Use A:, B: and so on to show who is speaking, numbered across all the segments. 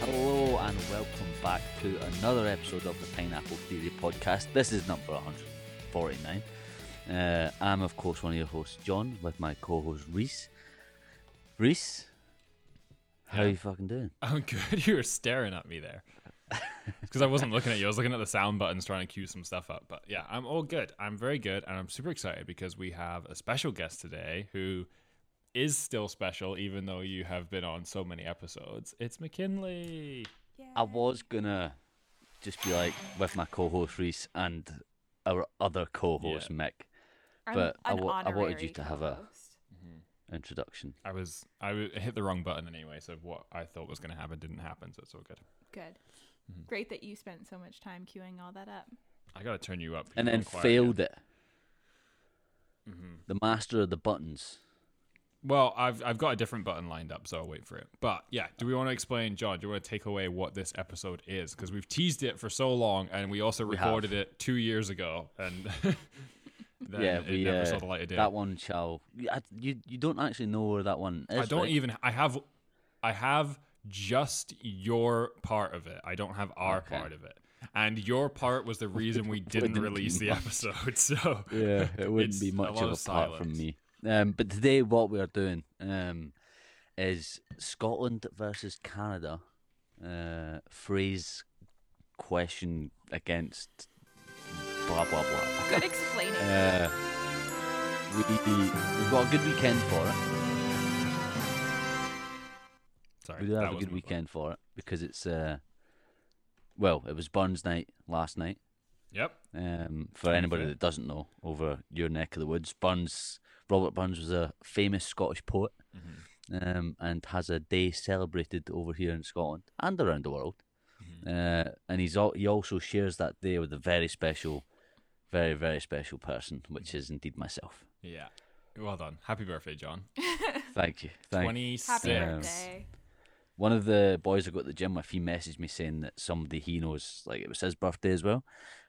A: Hello and welcome back to another episode of the Pineapple Theory podcast. This is number 149. Uh, I'm, of course, one of your hosts, John, with my co host, Reese. Reese, how are you fucking doing?
B: I'm Oh, good. You were staring at me there. Because I wasn't looking at you. I was looking at the sound buttons trying to cue some stuff up. But yeah, I'm all good. I'm very good. And I'm super excited because we have a special guest today who is still special, even though you have been on so many episodes. It's McKinley.
A: I was gonna just be like with my co host, Reese, and our other co host, Mick.
C: I'm
A: but I
C: an
A: wa- I wanted
C: honorary
A: you to have a-
C: co-host.
A: Introduction.
B: I was I w- I hit the wrong button anyway, so what I thought was going to happen didn't happen, so it's all good.
C: Good.
B: Mm-hmm.
C: Great that you spent so much time queuing all that up.
B: I got to turn you up.
A: And
B: You're
A: then
B: quiet Mm-hmm. again.
A: failed it. The master of the buttons.
B: Well, I've I've got a different button lined up, so I'll wait for it. But yeah, do we want to explain, John? Do you want to take away what this episode is? Because we've teased it for so long, and we also
A: have.
B: recorded it two years ago, and then
A: yeah,
B: it
A: we,
B: never
A: uh,
B: saw the light of day.
A: That one shall. I, you you don't actually know where that one is.
B: I don't
A: right?
B: even. I have, I have just your part of it. I don't have our
A: Okay.
B: part of it. And your part was the reason we didn't
A: Wouldn't
B: release
A: be
B: the episode. So
A: Yeah, it wouldn't
B: It's
A: be
B: a
A: much
B: lot
A: of a
B: of
A: part from
B: silence.
A: me. Um, but today, what we are doing um, is Scotland versus Canada. Uh, phrase, question against blah blah blah.
C: Good explaining.
A: Uh, we we've got a good weekend for it.
B: sorry,
A: We do
B: that
A: have a
B: was
A: good
B: my fault.
A: weekend for it because it's uh, well, it was Burns night last night.
B: Yep.
A: Um, for anybody
B: fair.
A: that doesn't know, over your neck of the woods, Burns Robert Burns was a famous Scottish poet, um, and has a day celebrated over here in Scotland and around the world. Uh, and he's al- he also shares that day with a very special, very very special person, which is indeed myself.
B: Yeah. Well done. Happy birthday, John.
A: Thank you. Thank you.
B: Twenty
C: Happy
B: six.
C: birthday.
A: One of the boys I got at the gym with, he messaged me saying that somebody he knows, like it was his birthday as well,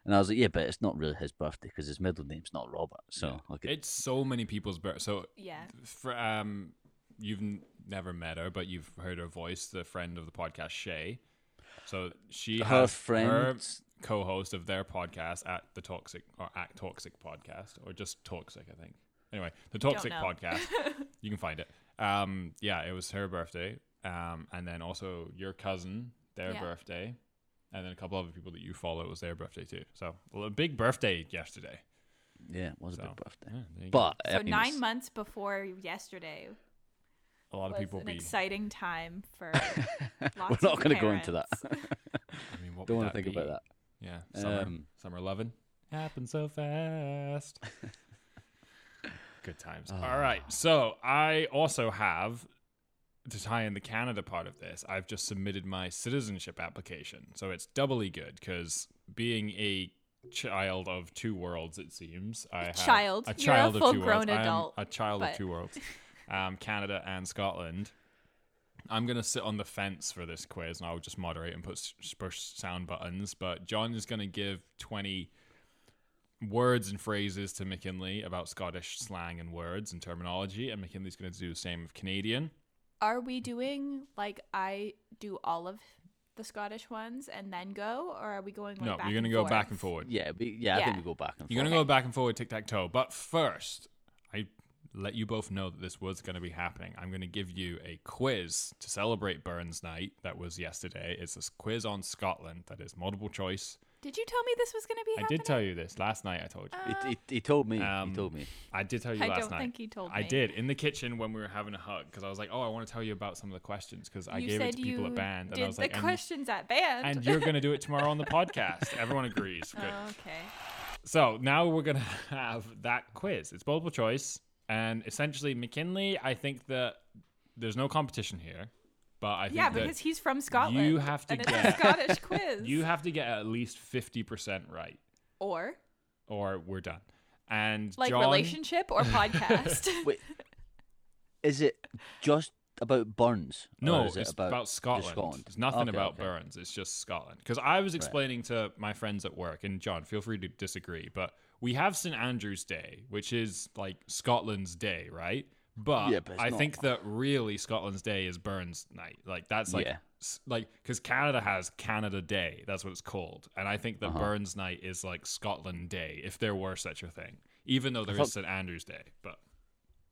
A: and I was like, yeah, but it's not really his birthday because his middle name's not Robert. So like,
B: It's so many people's birth. So
C: Yeah.
B: for, um, you've n- never met her, but you've heard her voice. The friend of the podcast, Shay. So she
A: Her
B: has her
A: friends-
B: co-host of their podcast at the Toxic or at Toxic Podcast or just Toxic, I think. Anyway, the Toxic
C: know.
B: Podcast. you can find it. Um, yeah, it was her birthday. Um, and then also your cousin, their
C: Yeah.
B: birthday. And then a couple other people that you follow, it was their birthday too. So well, a big birthday yesterday.
A: Yeah, it was a
B: So,
A: big birthday.
B: Yeah, there you go.
A: But
C: So
A: it
C: nine
A: was-
C: months before yesterday
B: a lot of
C: was
B: people
C: an
B: be.
C: exciting time for
A: we're not
C: lots going
A: going
C: to
A: to go into that.
B: I mean, what
A: Don't
B: would
A: want to think about
B: be?
A: that.
B: Yeah, summer,
A: Um,
B: summer loving happened so fast. Good times.
A: Ah.
B: All right, so I also have to tie in the Canada part of this. I've just submitted my citizenship application, so it's doubly good because being a child of two worlds, it seems. I have
C: child.
B: a
C: You're a
B: child of two worlds.
C: full-grown
B: I am
C: adult,
B: a child of
C: but-
B: two worlds. Um, Canada and Scotland. I'm gonna sit on the fence for this quiz, and I'll just moderate and put s- push sound buttons. But John is gonna give 20 words and phrases to McKinley about Scottish slang and words and terminology, and McKinley's gonna do the same of Canadian.
C: Are we doing like I do all of the Scottish ones and then go, or are we going? Like,
B: no,
C: back
B: you're gonna
C: and
B: go
C: forth?
B: back and forward.
A: Yeah, we, yeah, I think
C: Yeah.
A: we go back and
B: You're
A: forth.
B: gonna go back and forward, tic tac toe. But first, I let you both know that this was gonna be happening. I'm gonna give you a quiz to celebrate Burns Night that was yesterday. It's this quiz on Scotland that is multiple choice.
C: Did you tell me this was gonna be?
B: I
C: happening?
B: did tell you this last night. I told you.
A: He, he, he told me.
B: Um,
A: he told me.
B: I did tell you
C: Uh, I
B: last
C: don't
B: night.
C: think he told
B: I
C: me.
B: did in the kitchen when we were having a hug because I was like, "Oh, I want to tell you about some of the questions because I
C: you
B: gave
C: said
B: it to people
C: you
B: at band
C: did
B: and I was like,
C: the
B: and,
C: questions at band.
B: and you're gonna do it tomorrow on the podcast. Everyone agrees. Good.
C: okay.
B: So now we're gonna have that quiz. It's multiple choice, and essentially McKinley. I think that there's no competition here, but I think
C: Yeah,
B: that
C: because he's from Scotland.
B: you have to
C: and it's
B: get-
C: a Scottish quiz.
B: you have to get at least fifty percent right,
C: or
B: or we're done. And
C: like
B: John,
C: relationship or podcast.
A: Wait, is it just about Burns? or
B: No,
A: is it
B: it's about,
A: just
B: Scotland. It's nothing
A: Okay,
B: about
A: okay.
B: Burns. It's just Scotland. Because I was explaining to my friends at work, and John, feel free to disagree, but we have St Andrew's Day, which is like Scotland's day, right? But,
A: Yeah, but it's
B: I
A: not.
B: think that really Scotland's Day is Burns Night. Like that's like
A: Yeah.
B: s- like because Canada has Canada Day. That's what it's called, and I think that
A: Uh-huh.
B: Burns Night is like Scotland Day, if there were such a thing. Even though there is
A: thought-
B: St Andrew's Day, but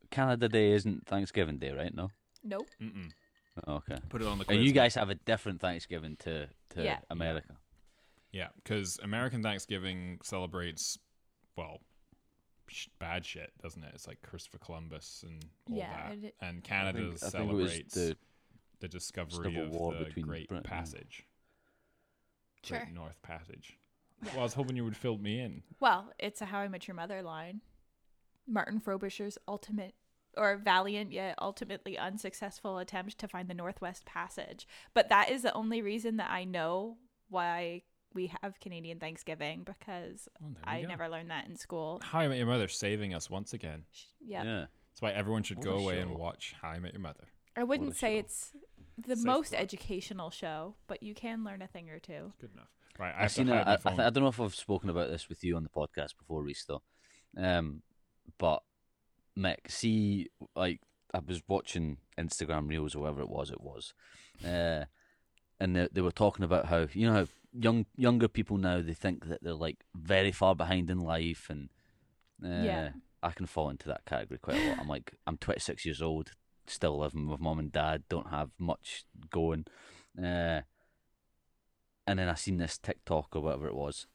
A: Canada Day isn't Thanksgiving Day, right? No.
C: Nope.
B: mm-mm.
A: Okay.
B: put it on the. Quiz.
A: And you guys have a different Thanksgiving to to
C: Yeah.
A: America.
B: Yeah, because American Thanksgiving celebrates, well, sh- bad shit, doesn't it? It's like Christopher Columbus and all
C: Yeah,
B: that.
C: it-
B: and
A: I
B: Canada
A: think- I think it was
B: celebrates
A: the-
B: the, discovery
A: Civil
B: of
A: War
B: the
A: between
B: Great
A: Britain and-
B: Passage,
C: Sure.
B: Great North Passage. Well, I was hoping you would fill me in.
C: Well, it's a How I Met Your Mother line. Martin Frobisher's ultimate or valiant yet ultimately unsuccessful attempt to find the Northwest Passage. But that is the only reason that I know why we have Canadian Thanksgiving because
B: Well, there we
C: I
B: go.
C: never learned that in school.
B: How I Met Your Mother saving us once again.
C: Sh- Yeah.
A: Yeah.
B: That's why everyone should
A: What
B: go
A: a
B: away and
A: show.
B: watch How I Met Your Mother.
C: I wouldn't
A: a
C: say
A: show.
C: it's the
B: Safe
C: most
B: word.
C: educational show, but you can learn a thing or two.
B: Good enough. Right, I
A: I've
B: have to
A: seen. A,
B: hide
A: I,
B: my
A: I, th- I
B: phone.
A: don't know if I've spoken about this with you on the podcast before, Reese, though. Um, but Mick, see, like I was watching Instagram reels or whatever it was, it was, uh, and they, they were talking about how you know how young younger people now they think that they're like very far behind in life, and uh,
C: Yeah.
A: I can fall into that category quite a lot. I'm like I'm 26 years old, still living with mom and dad, don't have much going. Uh, and then I seen this TikTok or whatever it was,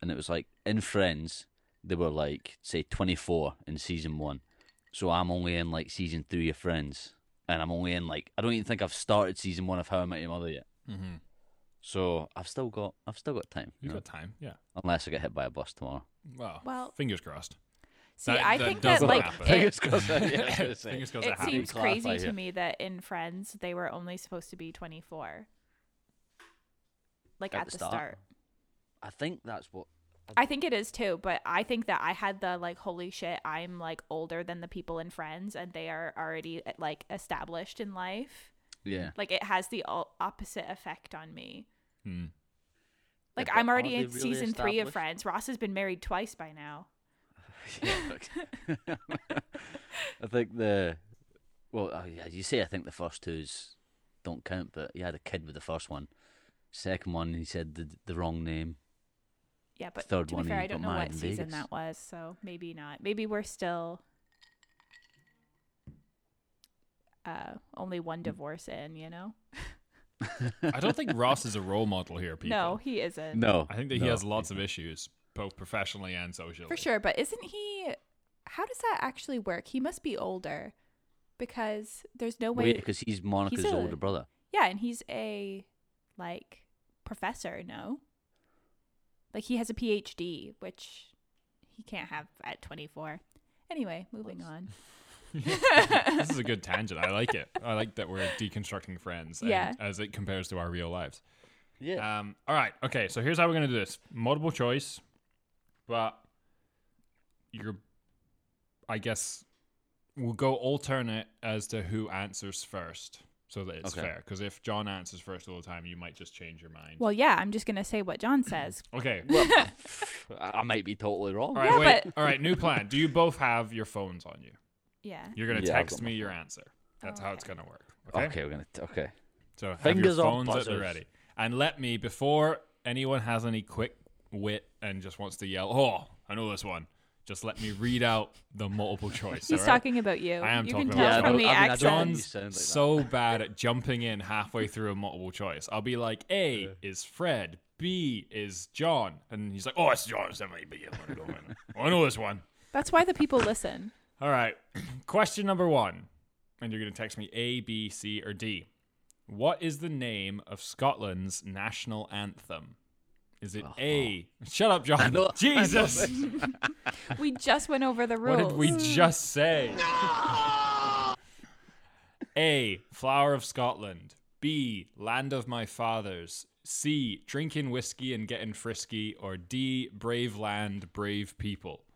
A: and it was like in Friends they were like say 24 in season one, so I'm only in like season three of Friends, and I'm only in like I don't even think I've started season one of How I Met Your Mother yet.
B: Mm-hmm.
A: So I've still got I've still got time, you
B: You've
A: know,
B: got time. Yeah.
A: unless I get hit by a bus tomorrow.
B: Well,
C: Well-
B: fingers crossed.
C: See,
B: That-
C: I
B: that
C: think that
B: doesn't
C: like
B: happen.
C: it,
A: Fingers crossed. yeah, I was gonna say.
B: Fingers crossed
C: it
B: that happens.
C: seems
A: Class, I
C: crazy to
A: hear.
C: me that in Friends they were only supposed to be 24. Like at, the start.
A: I think that's what.
C: I think it is too, but I think that I had the like holy shit, I'm like older than the people in Friends and they are already eh, like established in life.
A: Yeah.
C: Like it has the o- opposite effect on me.
B: Hmm.
C: Like
A: but
C: I'm
A: are
C: already
A: they
C: in
A: really
C: season 3 of
A: established?
C: Friends. Ross has been married twice by now.
A: I think the. Well, oh, yeah, you say I think the first two's don't count, but he had a kid with the first one. Second one, he said the the wrong name.
C: Yeah, but
A: Third
C: to be
A: one,
C: fair,
A: he
C: I don't
A: got
C: know
A: married
C: what
A: in
C: season
A: Vegas.
C: that was, so maybe not. Maybe we're still uh, only
A: Hmm.
C: one divorce in, you know?
B: I don't think Ross is a role model here, people.
C: No, he isn't.
A: No,
B: I think that he has lots of issues, both professionally and socially.
C: For sure, but isn't he? How does that actually work? He must be older because there's no way.
A: Wait, because he's Monica's
C: Oh, a-
A: older brother.
C: yeah, and he's a like professor, no? Like he has a PhD, which he can't have at 24. Anyway, moving on.
B: This is a good tangent. I like it. I like that we're deconstructing friends and-
C: Yeah.
B: as it compares to our real lives.
A: Yeah.
B: Um, all right. Okay. So here's how we're going to do this multiple choice, but you're, I guess, we'll go alternate as to who answers first so that it's
A: Okay.
B: fair. Because if John answers first all the time, you might just change your mind.
C: Well, yeah, I'm just gonna say what John says.
B: okay.
A: I I might be totally wrong.
B: All right.
C: Yeah,
B: wait.
C: but-
B: All right. New plan. Do you both have your phones on you?
C: Yeah.
B: You're gonna
A: Yeah, I've
B: text
A: got
B: me
A: my
B: your answer. That's how it's
C: Okay.
B: gonna work. Okay.
A: Okay. we're gonna. T- okay.
B: So have
A: Fingers
B: your
A: on
B: phones at the
A: buzzers.
B: ready, and let me before anyone has any quick wit and just wants to yell, "Oh, I know this one." Just let me read out the multiple choice.
C: He's
B: all right?
C: talking about you.
B: I am
C: you
B: talking
C: can
B: about
C: tell
B: you.
C: from
B: Yeah,
C: the
A: I mean, I
C: accent.
A: don't- You
B: John's
A: sound like that.
B: so bad at jumping in halfway through a multiple choice. I'll be like, A is Fred, B is John, and he's like, "Oh, it's John. It's definitely B. I wanna go in. Oh, I know this one."
C: That's why the people listen.
B: All right. Question number one. And you're going to text me A, B, C, or D. What is the name of Scotland's national anthem? Is it A? Shut up, John.
A: know- Oh. I know
B: Jesus.
C: We just went over the
B: What
C: rules.
B: did we just say? A. Flower of Scotland. B. Land of my fathers. C. Drinking whiskey and getting frisky. Or D. Brave land, brave people.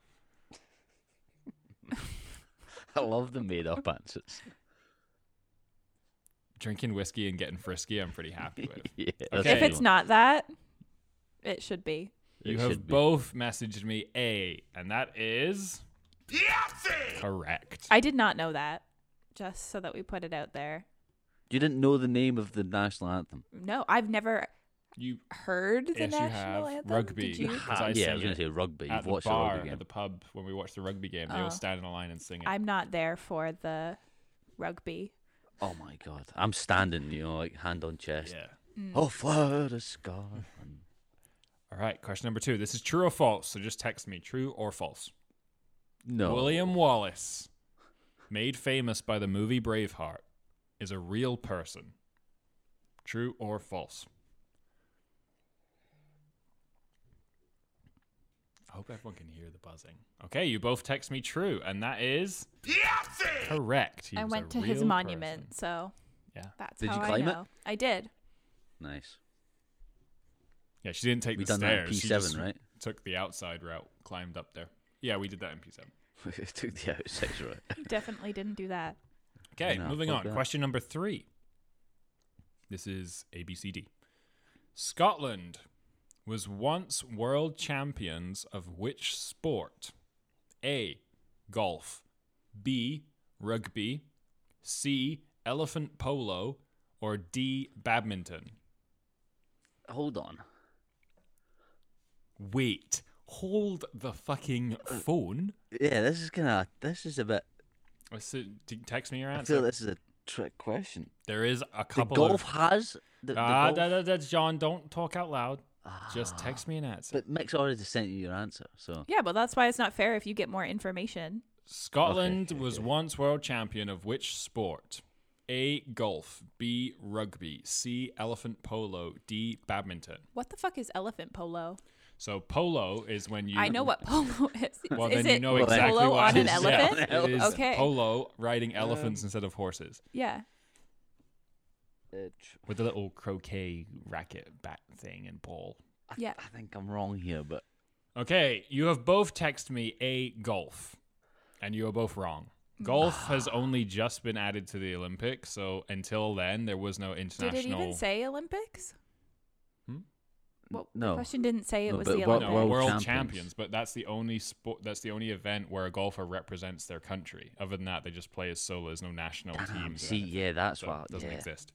A: I love the made-up answers.
B: Drinking whiskey and getting frisky, I'm pretty happy with.
A: Yeah. that's
B: Okay.
A: a
C: If
A: good
C: it's
A: one.
C: not that, it should be.
B: You
A: It
B: have
A: should be.
B: both messaged me A, and that is correct.
C: I did not know that. Just so that we put it out there.
A: You didn't know the name of the national anthem.
C: No, I've never
B: You
C: heard the
B: Yes, you
C: national
B: have.
C: anthem.
B: Rugby.
C: Did you?
B: Because
A: Ah,
B: I
A: yeah, I
B: sing
A: was going
B: it
A: to say rugby.
B: at
A: You've
B: the
A: watched
B: bar
A: the rugby
B: at
A: game.
B: the pub when we watched the rugby game, they
C: Oh.
B: all stand in a line and sing it.
C: I'm not there for the rugby.
A: Oh my god, I'm standing, you know, like hand on chest.
B: yeah.
A: Oh, flood of Scotland.
B: All right. Question number two. This is true or false. So just text me true or false.
A: No,
B: William Wallace, made famous by the movie Braveheart, is a real person. True or false? I hope everyone can hear the buzzing. Okay, you both text me true, and that is correct. He
C: I
B: was a
C: went to his
B: real
C: monument, so
B: person. Yeah,
C: that's
A: Did
C: how
A: you
C: I
A: climb it?
C: know. I did.
A: nice.
B: yeah. She didn't take
A: We
B: the
A: done that in
B: stairs.
A: P
B: She
A: seven,
B: just
A: right?
B: Took the outside route, climbed up there. Yeah, we did that in P seven.
A: Took the outside right.
C: Definitely didn't do that.
B: Okay,
A: No,
B: moving
A: fuck
B: on.
A: that.
B: Question number three. This is ABCD. Scotland was once world champions of which sport? A. Golf. B. Rugby. C. Elephant polo. Or D. Badminton.
A: Hold on.
B: Wait. Hold the fucking
A: Uh,
B: phone. Uh,
A: Yeah, this is gonna. This is a bit.
B: I said- t- Text me your
A: I feel
B: answer.
A: this is a trick question.
B: There is a
A: The
B: couple
A: golf
B: of.
A: has the, the
B: Ah,
A: golf-
B: that, that, that's John. Don't talk out loud. Just
A: Ah.
B: text me an answer.
A: But Mick's already sent you your answer, so
C: Yeah, but that's why it's not fair if you get more information.
B: Scotland
A: Okay.
B: was once world champion of which sport? A. Golf. B. Rugby. C. Elephant polo. D. Badminton.
C: What the fuck is elephant polo?
B: So polo is when you.
C: I know what polo is.
B: Well,
C: is
B: then you
C: it
B: know
A: Well, then-
B: exactly
C: polo
B: what
C: on
B: it
C: an
B: is.
C: elephant?
B: Yeah, it is
C: Okay.
B: polo riding elephants instead of horses
C: Yeah.
A: uh, tr-
B: with a little croquet racket bat thing and ball.
A: I,
C: Yeah.
A: I think I'm wrong here, but
B: Okay, you have both texted me a golf, and you are both wrong. Golf has only just been added to the Olympics, so until then there was no international.
C: Did it even say Olympics?
B: Hmm?
C: Well, The
A: no.
C: question didn't say it
A: No,
C: was
A: but
C: the
A: what-
C: Olympics.
B: no,
A: World
B: world, champions.
A: champions.
B: but that's the only sport. That's the only event where a golfer represents their country. Other than that, they just play as solo. There's no national
A: Damn,
B: teams. or
A: see,
B: anything,
A: yeah, that's
B: so
A: why-
B: it doesn't
A: yeah.
B: exist.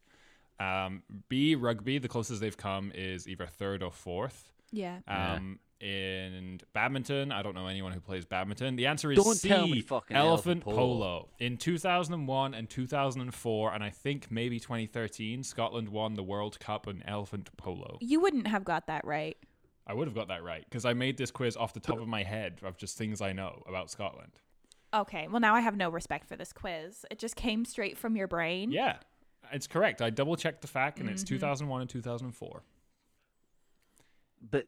B: Um, B rugby. The closest they've come is either third or fourth.
C: Yeah.
A: Yeah.
B: Um, And badminton, I don't know anyone who plays badminton. The answer is
A: Don't
B: C,
A: tell me fucking elephant
B: elephant polo.
A: polo.
B: In 2001 and 2004, and I think maybe 2013, Scotland won the World Cup in elephant polo.
C: You wouldn't have got that right.
B: I would have got that right because I made this quiz off the top of my head of just things I know about Scotland.
C: Okay. Well, now I have no respect for this quiz. It just came straight from your brain.
B: Yeah, it's correct. I double checked the fact, and
A: Mm-hmm.
B: it's 2001 and 2004.
A: but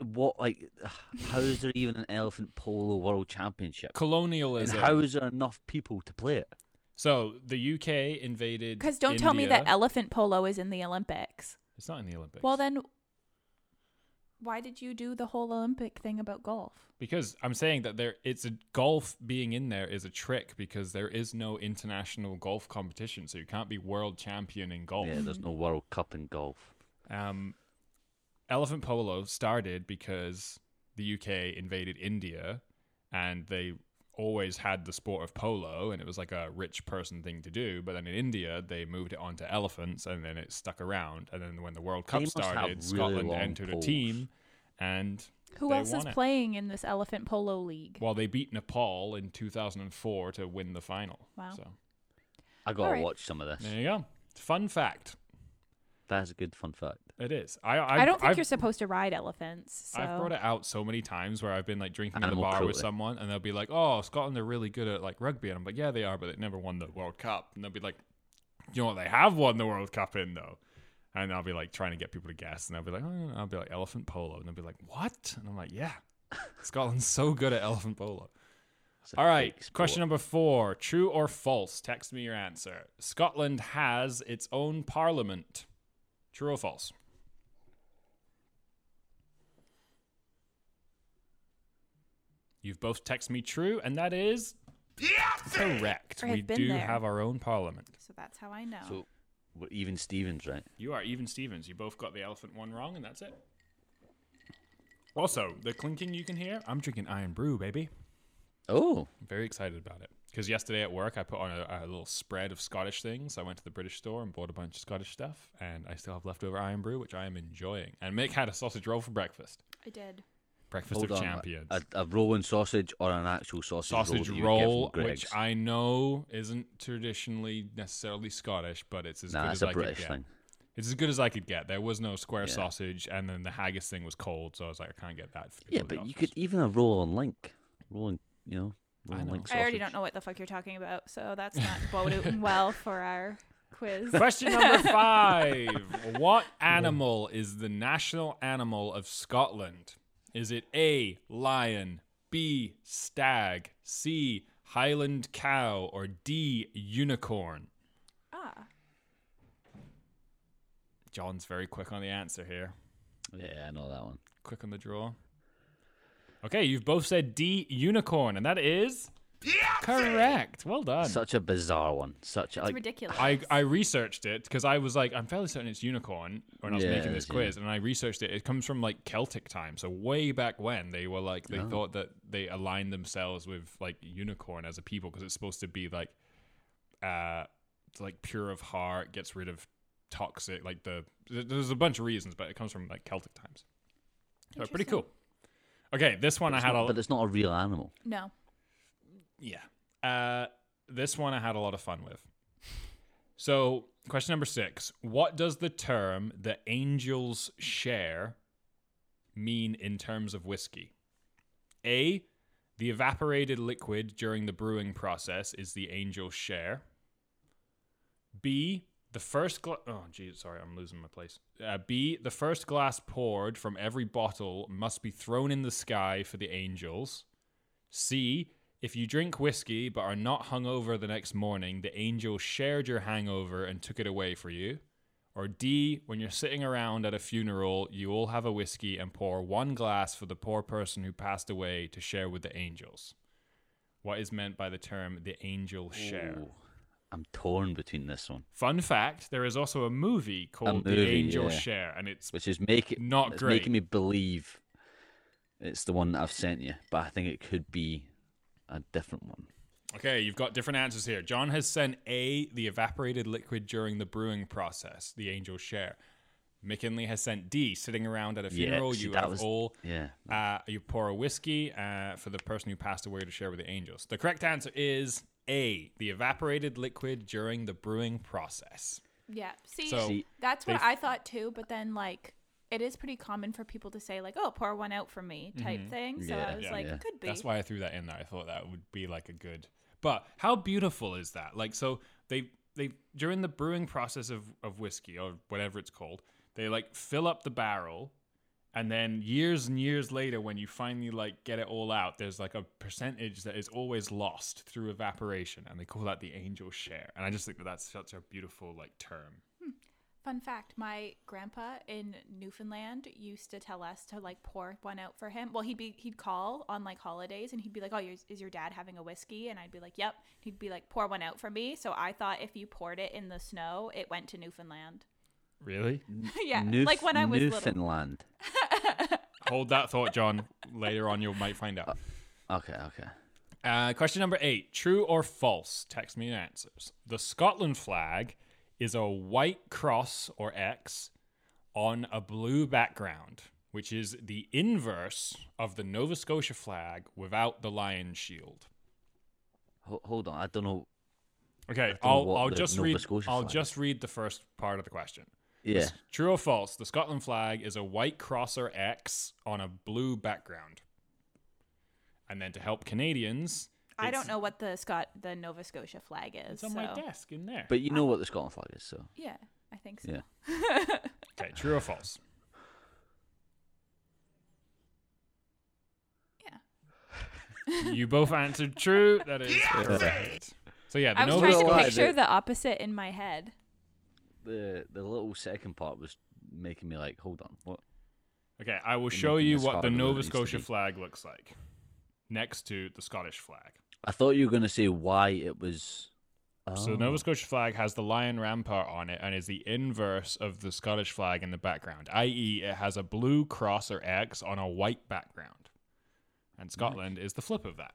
A: what like how is there even an elephant polo world championship? And
B: Colonialism.
A: how is there enough people to play it?
B: so the UK invaded.
C: Because don't tell me that
B: India.
C: elephant polo is in the Olympics.
B: it's not in the Olympics.
C: Well, then, why did you do the whole Olympic thing about golf?
B: because I'm saying that there, it's a golf being in there is a trick because there is no international golf competition, so you can't be world champion in golf.
A: Yeah, there's no World Cup in golf.
B: Um, elephant polo started because the UK invaded India, and they always had the sport of polo, and it was like a rich person thing to do. But then in India, they moved it onto elephants, and then it stuck around. And then when the World Cup
A: They must have
B: started,
A: really
B: Scotland
A: long
B: entered
A: poles.
B: a team, and
C: Who
B: they
C: else is
B: won it.
C: playing in this elephant polo league?
B: Well, they beat Nepal in 2004 to win the final.
C: Wow.
B: So
A: I gotta
C: Alright.
A: watch some of this.
B: there you go. Fun fact.
A: That's a good fun fact.
B: It is. I I,
C: I don't think
B: I've-
C: you're supposed to ride elephants. So.
B: I've brought it out so many times where I've been like drinking at the
A: Animal
B: bar with
A: cruelty.
B: someone, and they'll be like, "Oh, Scotland are really good at like rugby," and I'm like, "Yeah, they are, but they never won the World Cup." And they'll be like, "You know what? They have won the World Cup in though." And I'll be like trying to get people to guess, and they'll be like, "Oh," and I'll be like elephant polo, and they'll be like, "What?" And I'm like, "Yeah, Scotland's so good at elephant polo."
A: It's a
B: All right,
A: fake
B: question
A: sport.
B: number four: True or false? Text me your answer. Scotland has its own parliament. True or false? You've both texted me true, and that is correct.
C: I have
B: We
C: been
B: do
C: there.
B: have our own parliament.
C: so that's how I know.
A: So we're even Stevens, right?
B: You are even Stevens. You both got the elephant one wrong, and that's it. Also, the clinking you can hear, I'm drinking iron brew, baby.
A: Oh,
B: I'm very excited about it. Because yesterday at work, I put on a, a little spread of Scottish things. I went to the British store and bought a bunch of Scottish stuff, and I still have leftover iron brew, which I am enjoying. And Mick had a sausage roll for breakfast.
C: I did.
B: Breakfast of champions.
A: A, a rolling sausage or an actual sausage, roll, that
B: sausage
A: you would get
B: roll,
A: from
B: which
A: Greggs?
B: I know isn't traditionally necessarily Scottish, but it's as
A: nah,
B: good
A: that's
B: as
A: a
B: I
A: British
B: could get.
A: thing.
B: It's as good as I could get. There was no square
A: Yeah.
B: sausage, and then the haggis thing was cold, so I was like, I can't get that. For
A: Yeah,
B: people in
A: but
B: the
A: you could
B: office.
A: even a roll on link, rolling, you know, roll on
B: know.
A: link
C: I already
A: sausage.
C: don't know what the fuck you're talking about, so that's not boding well for our quiz.
B: Question number five: What animal is the national animal of Scotland? Is it A. Lion, B. Stag, C. Highland cow, or D. Unicorn?
C: Ah,
B: John's very quick on the answer here.
A: Yeah, I know that one.
B: Quick on the draw. Okay, you've both said D. Unicorn, and that is correct. Well done.
A: Such a bizarre one. Such a,
C: it's
A: like,
C: ridiculous.
B: I, I researched it because I was like, I'm fairly certain it's unicorn when I was
A: Yeah,
B: making
A: it
B: this
A: is,
B: quiz, and I researched it. It comes from like Celtic time, so way back when they were like
A: Oh.
B: they thought that they aligned themselves with like unicorn as a people because it's supposed to be like, uh, it's like pure of heart, gets rid of toxic. Like the th- there's a bunch of reasons, but it comes from like Celtic times. So uh, pretty cool. Okay, this one I
A: it's
B: had
A: not-
B: a
A: but it's not a real animal.
C: no.
B: yeah. Uh, this one I had a lot of fun with. So, question number six What does the term the angels share mean in terms of whiskey? A. The evaporated liquid during the brewing process is the angel's share. B. The first glass. Oh, geez, sorry, I'm losing my place. Uh, B. The first glass poured from every bottle must be thrown in the sky for the angels. C. If you drink whiskey but are not hungover the next morning, the angel shared your hangover and took it away for you. Or D. When you're sitting around at a funeral, you all have a whiskey and pour one glass for the poor person who passed away to share with the angels. What is meant by the term the angel
A: Oh,
B: share?
A: Ooh, I'm torn between this one,
B: Fun fact there is also a movie called The
A: movie,
B: Angel
A: yeah.
B: Share, and it's
A: which is make it,
B: Not
A: it's
B: great.
A: making me believe it's the one that I've sent you, but I think it could be a different one.
B: Okay, you've got different answers here. John has sent A, the evaporated liquid during the brewing process, the angel share. McKinley has sent D, sitting around at a
A: Yeah,
B: funeral.
A: see,
B: you
A: that
B: have
A: was-
B: all,
A: Yeah.
B: uh, you pour a whiskey uh, for the person who passed away to share with the angels. The correct answer is A, the evaporated liquid during the brewing process.
C: Yeah. See,
B: So- See,
C: that's what
B: they-
C: I thought too, but then like it is pretty common for people to say like, "Oh, pour one out for me" type thing. So
A: Yeah,
C: I was
A: yeah.
C: like,
A: yeah.
C: could
B: Mm-hmm.
C: be.
B: That's why I threw that in there. I thought that would be like a good. But how beautiful is that? Like so they they during the brewing process of of whiskey or whatever it's called, they like fill up the barrel and then years and years later when you finally like get it all out, there's like a percentage that is always lost through evaporation and they call that the angel share. And I just think that that's such a beautiful like term.
C: Fun fact: My grandpa in Newfoundland used to tell us to like pour one out for him. Well, he'd be he'd call on like holidays and he'd be like, "Oh, yours- is your dad having a whiskey?" And I'd be like, "Yep." He'd be like, "Pour one out for me." So I thought if you poured it in the snow, it went to Newfoundland.
B: Really?
C: yeah,
A: Newf-
C: like when I was little.
A: Newfoundland.
B: Hold that thought, John. Later on you might find out.
A: Okay, okay.
B: Uh, question number eight: True or false? Text me your answers. The Scotland flag is a white cross or X on a blue background, which is the inverse of the Nova Scotia flag without the lion shield.
A: Ho- hold on, I don't know.
B: Okay,
A: know
B: I'll,
A: what
B: I'll
A: the
B: just
A: Nova
B: read.
A: Scotia
B: I'll
A: flag
B: just read the first part of the question.
A: Yeah.
B: True or false? The Scotland flag is a white cross or X on a blue background. And then to help Canadians,
C: I
B: it's-
C: don't know what the Scot the Nova Scotia flag is.
B: It's on my
C: so-
B: desk in there.
A: But you know what the Scotland flag is, so
C: Yeah, I think so.
A: yeah.
B: Okay, true or false? Yeah. you both answered true. That is correct. So yeah, the
C: I was
B: Nova
C: trying to
A: Scotia-
C: picture the opposite in my head.
A: The the little second part was making me like, hold on, what?
B: Okay, I will show
A: making
B: you
A: this
B: what the
A: harder than it
B: Nova
A: needs to
B: Scotia
A: be.
B: flag looks like next to the Scottish flag.
A: I thought you were gonna say why it was.
B: So the Nova Scotia flag has the lion rampart on it and is the inverse of the Scottish flag in the background, i.e., it has a blue cross or X on a white background. And Scotland is the flip of that.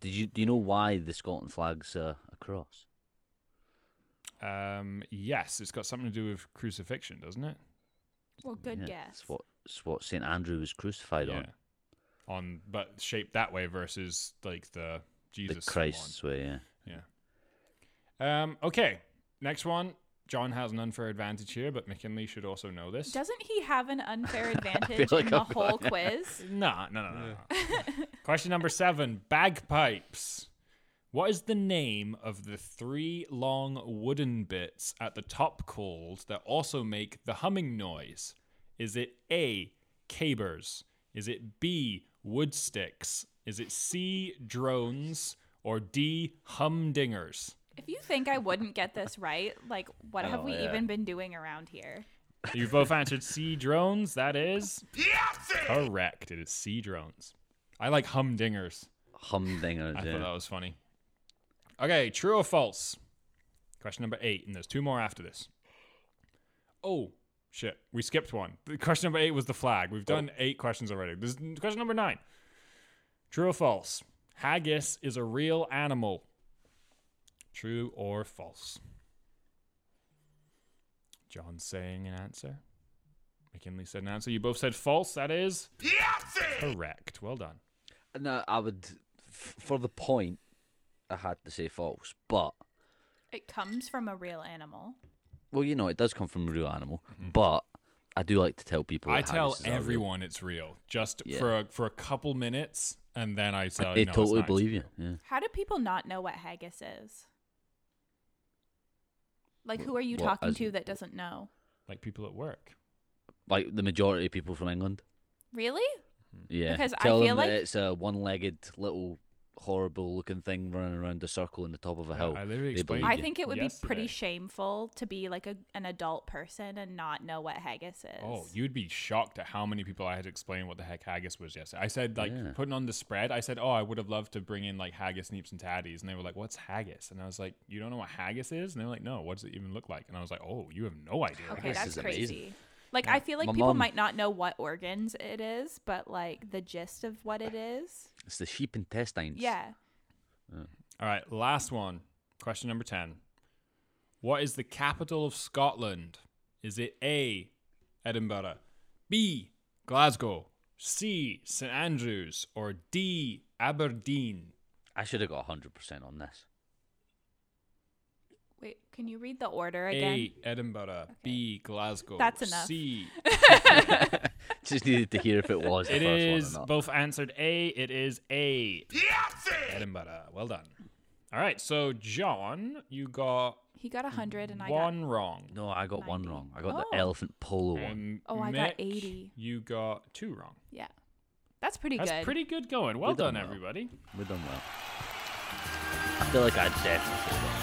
A: Did you do you know why the Scotland flag's uh, a cross?
B: Um, yes, it's got something to do with crucifixion, doesn't it?
C: Well, good
A: Yeah,
C: guess.
A: It's what it's what Saint Andrew was crucified on.
B: On but shaped that way versus like the
A: The
B: Jesus
A: Christ's way, yeah.
B: one. Yeah. Um. Okay. Next one. John has an unfair advantage here, but McKinley should also know this.
C: Doesn't he have an unfair advantage
A: like
C: in the
A: I've
C: whole quiz?
B: Nah, no, no, no. no. Question number seven bagpipes. What is the name of the three long wooden bits at the top called that also make the humming noise? Is it A, cabers? Is it B, wood sticks? Is it C, drones? Or D, humdingers?
C: If you think I wouldn't get this right, like what have
A: Oh,
C: we
A: yeah.
C: even been doing around here?
B: You both answered C, drones. That is correct. It is C, drones. I like humdingers.
A: Humdingers,
B: I
A: yeah.
B: thought that was funny. Okay, true or false? Question number eight, and there's two more after this. Oh shit, we skipped one. The Question number eight was the flag. We've done eight questions already. This is question number nine. True or false? Haggis is a real animal. True or false? John's saying an answer. McKinley said an answer. You both said false. That is correct. Well done.
A: No, I would f- for the point I had to say false, but
C: It comes from a real animal.
A: well, you know, it does come from a real animal, but I do like to tell people
B: Mm-hmm. I
A: that
B: tell
A: haggis is our real-
B: everyone it's real just
A: Yeah.
B: for a, for a couple minutes, and then I say
A: They
B: no, it's
A: totally
B: not.
A: believe you. Yeah.
C: How do people not know what haggis is? Like, who are you
A: Well,
C: talking
A: as-
C: to that doesn't know?
B: Like people at work.
A: Like the majority of people from England.
C: Really?
B: Mm.
A: Yeah.
C: Because I
A: Tell them
C: feel
A: that
C: like-
A: it's a one legged little horrible looking thing running around a circle in the top of a
B: Yeah,
A: hill.
B: I literally
A: They
B: explained
A: believe
C: I
A: you.
C: think it would be pretty
B: Yesterday.
C: shameful to be like a, an adult person and not know what haggis is.
B: Oh, you'd be shocked at how many people I had to explain what the heck haggis was yesterday. I said like
A: Yeah.
B: putting on the spread. I said, oh, I would have loved to bring in like haggis, neeps, and tatties, and they were like, what's haggis? And I was like, you don't know what haggis is? And they were like, no, what does it even look like? And I was like, oh, you have no idea. what
C: okay,
A: Haggis
B: haggis
C: that's
A: is
B: is."
A: amazing.
C: crazy. Like, I feel like
A: My
C: people
A: mom-
C: might not know what organs it is, but like the gist of what it is.
A: It's the sheep intestines.
C: Yeah.
B: All right, last one. Question number 10. What is the capital of Scotland? Is it A, Edinburgh, B, Glasgow, C, St Andrews, or D, Aberdeen?
A: I should have got hundred percent on this.
C: Wait, can you read the order again?
B: A, Edinburgh, B, Glasgow.
C: That's enough.
B: C.
A: Just needed to hear if it was the
B: it
A: first
B: is
A: one or not.
B: both answered A. It is A. Edinburgh. Well done. All right, so John, you got
C: He got 100 and I got
B: one wrong.
A: No, I got one
C: 90.
A: wrong. I got
C: Oh.
A: the elephant polo one.
B: And
C: Oh, I got
B: Mick,
C: 80.
B: You got two wrong.
C: Yeah. That's pretty
B: That's
C: good.
B: pretty good going. Well
A: We've done
B: done,
A: well.
B: everybody.
A: We've done well. I feel like I definitely won.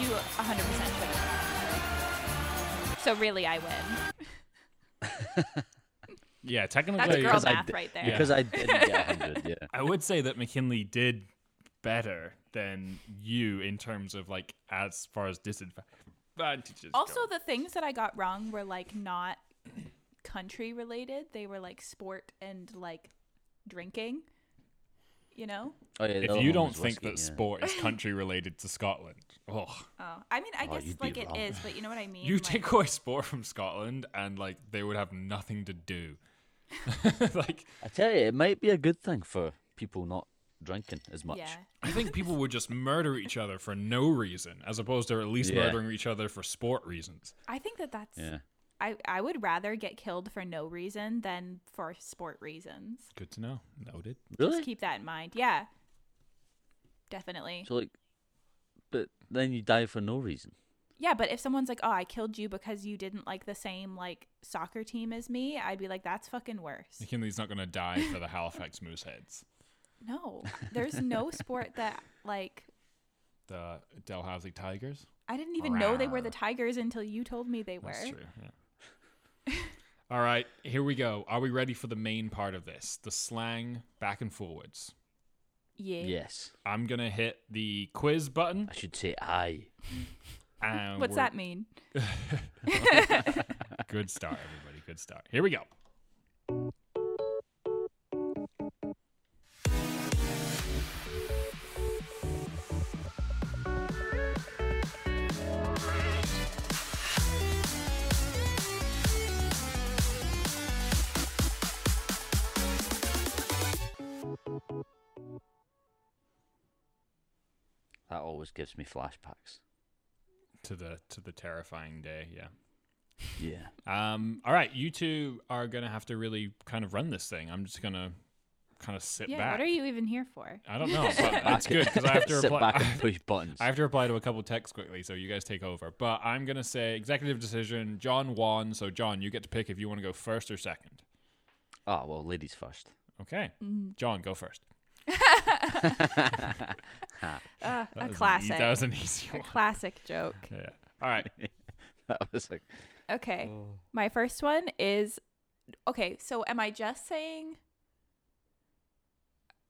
C: You 100% should have. So really, I win.
B: Yeah,
C: That's
B: technically,
C: girl
A: Because I
C: math
A: d-
C: right there.
A: because I didn't get hundred. Yeah.
B: I would say that McKinley did better than you in terms of like as far as disadvantages. go.
C: Also, the things that I got wrong were like not country related. They were like sport and like drinking. You know?
A: Oh, yeah the other
B: if you
A: one
B: don't
A: was
B: think
A: whiskey,
B: that
A: yeah.
B: sport is country related to Scotland, oh,
C: Oh, I mean, I
A: Oh,
C: guess
A: you'd be
C: like it
A: wrong.
C: is, but you know what I mean.
B: you
C: Like,
B: take away sport from Scotland, and like they would have nothing to do. like
A: I tell you, it might be a good thing for people not drinking as much.
C: Yeah.
B: I think people would just murder each other for no reason, as opposed to at least
A: Yeah.
B: murdering each other for sport reasons.
C: I think that that's.
A: Yeah.
C: I, I would rather get killed for no reason than for sport reasons.
B: Good to know. Noted.
A: Really?
C: Just keep that in mind. Yeah. Definitely.
A: So like, but then you die for no reason.
C: Yeah, but if someone's like, "Oh, I killed you because you didn't like the same like soccer team as me," I'd be like, "That's fucking worse."
B: McKinley's not going to die for the Halifax Mooseheads,
C: No, there's no sport that like
B: the Dalhousie Tigers.
C: I didn't even know they were the Tigers until you told me they were.
B: That's true. Yeah. All right, here we go. Are we ready for the main part of this? The slang back and forwards.
C: Yeah.
A: Yes.
B: I'm going to hit the quiz button.
A: I should say I.
B: And
C: What's
B: we're-
C: that mean?
B: Good start, everybody. Good start. Here we go.
A: That always gives me flashbacks.
B: to the to the terrifying day. Yeah.
A: Yeah.
B: Um, all right, you two are gonna have to really kind of run this thing. I'm just gonna kind of sit
C: yeah,
B: back.
C: what are you even here for?
B: I don't know. But that's good because I have to
A: sit
B: reply.
A: back and push buttons.
B: I have to reply to a couple texts quickly, so you guys take over. But I'm gonna say executive decision. John won, so John, you get to pick if you want to go first or second.
A: oh well, ladies first.
B: Okay,
C: Mm.
B: John, go first.
C: Uh,
B: That
C: a
B: was an e-
C: classic.
B: that was an easy
C: a
B: one.
C: classic joke.
B: Yeah. All right.
A: That was like
C: Okay. My first one is okay, so am I just saying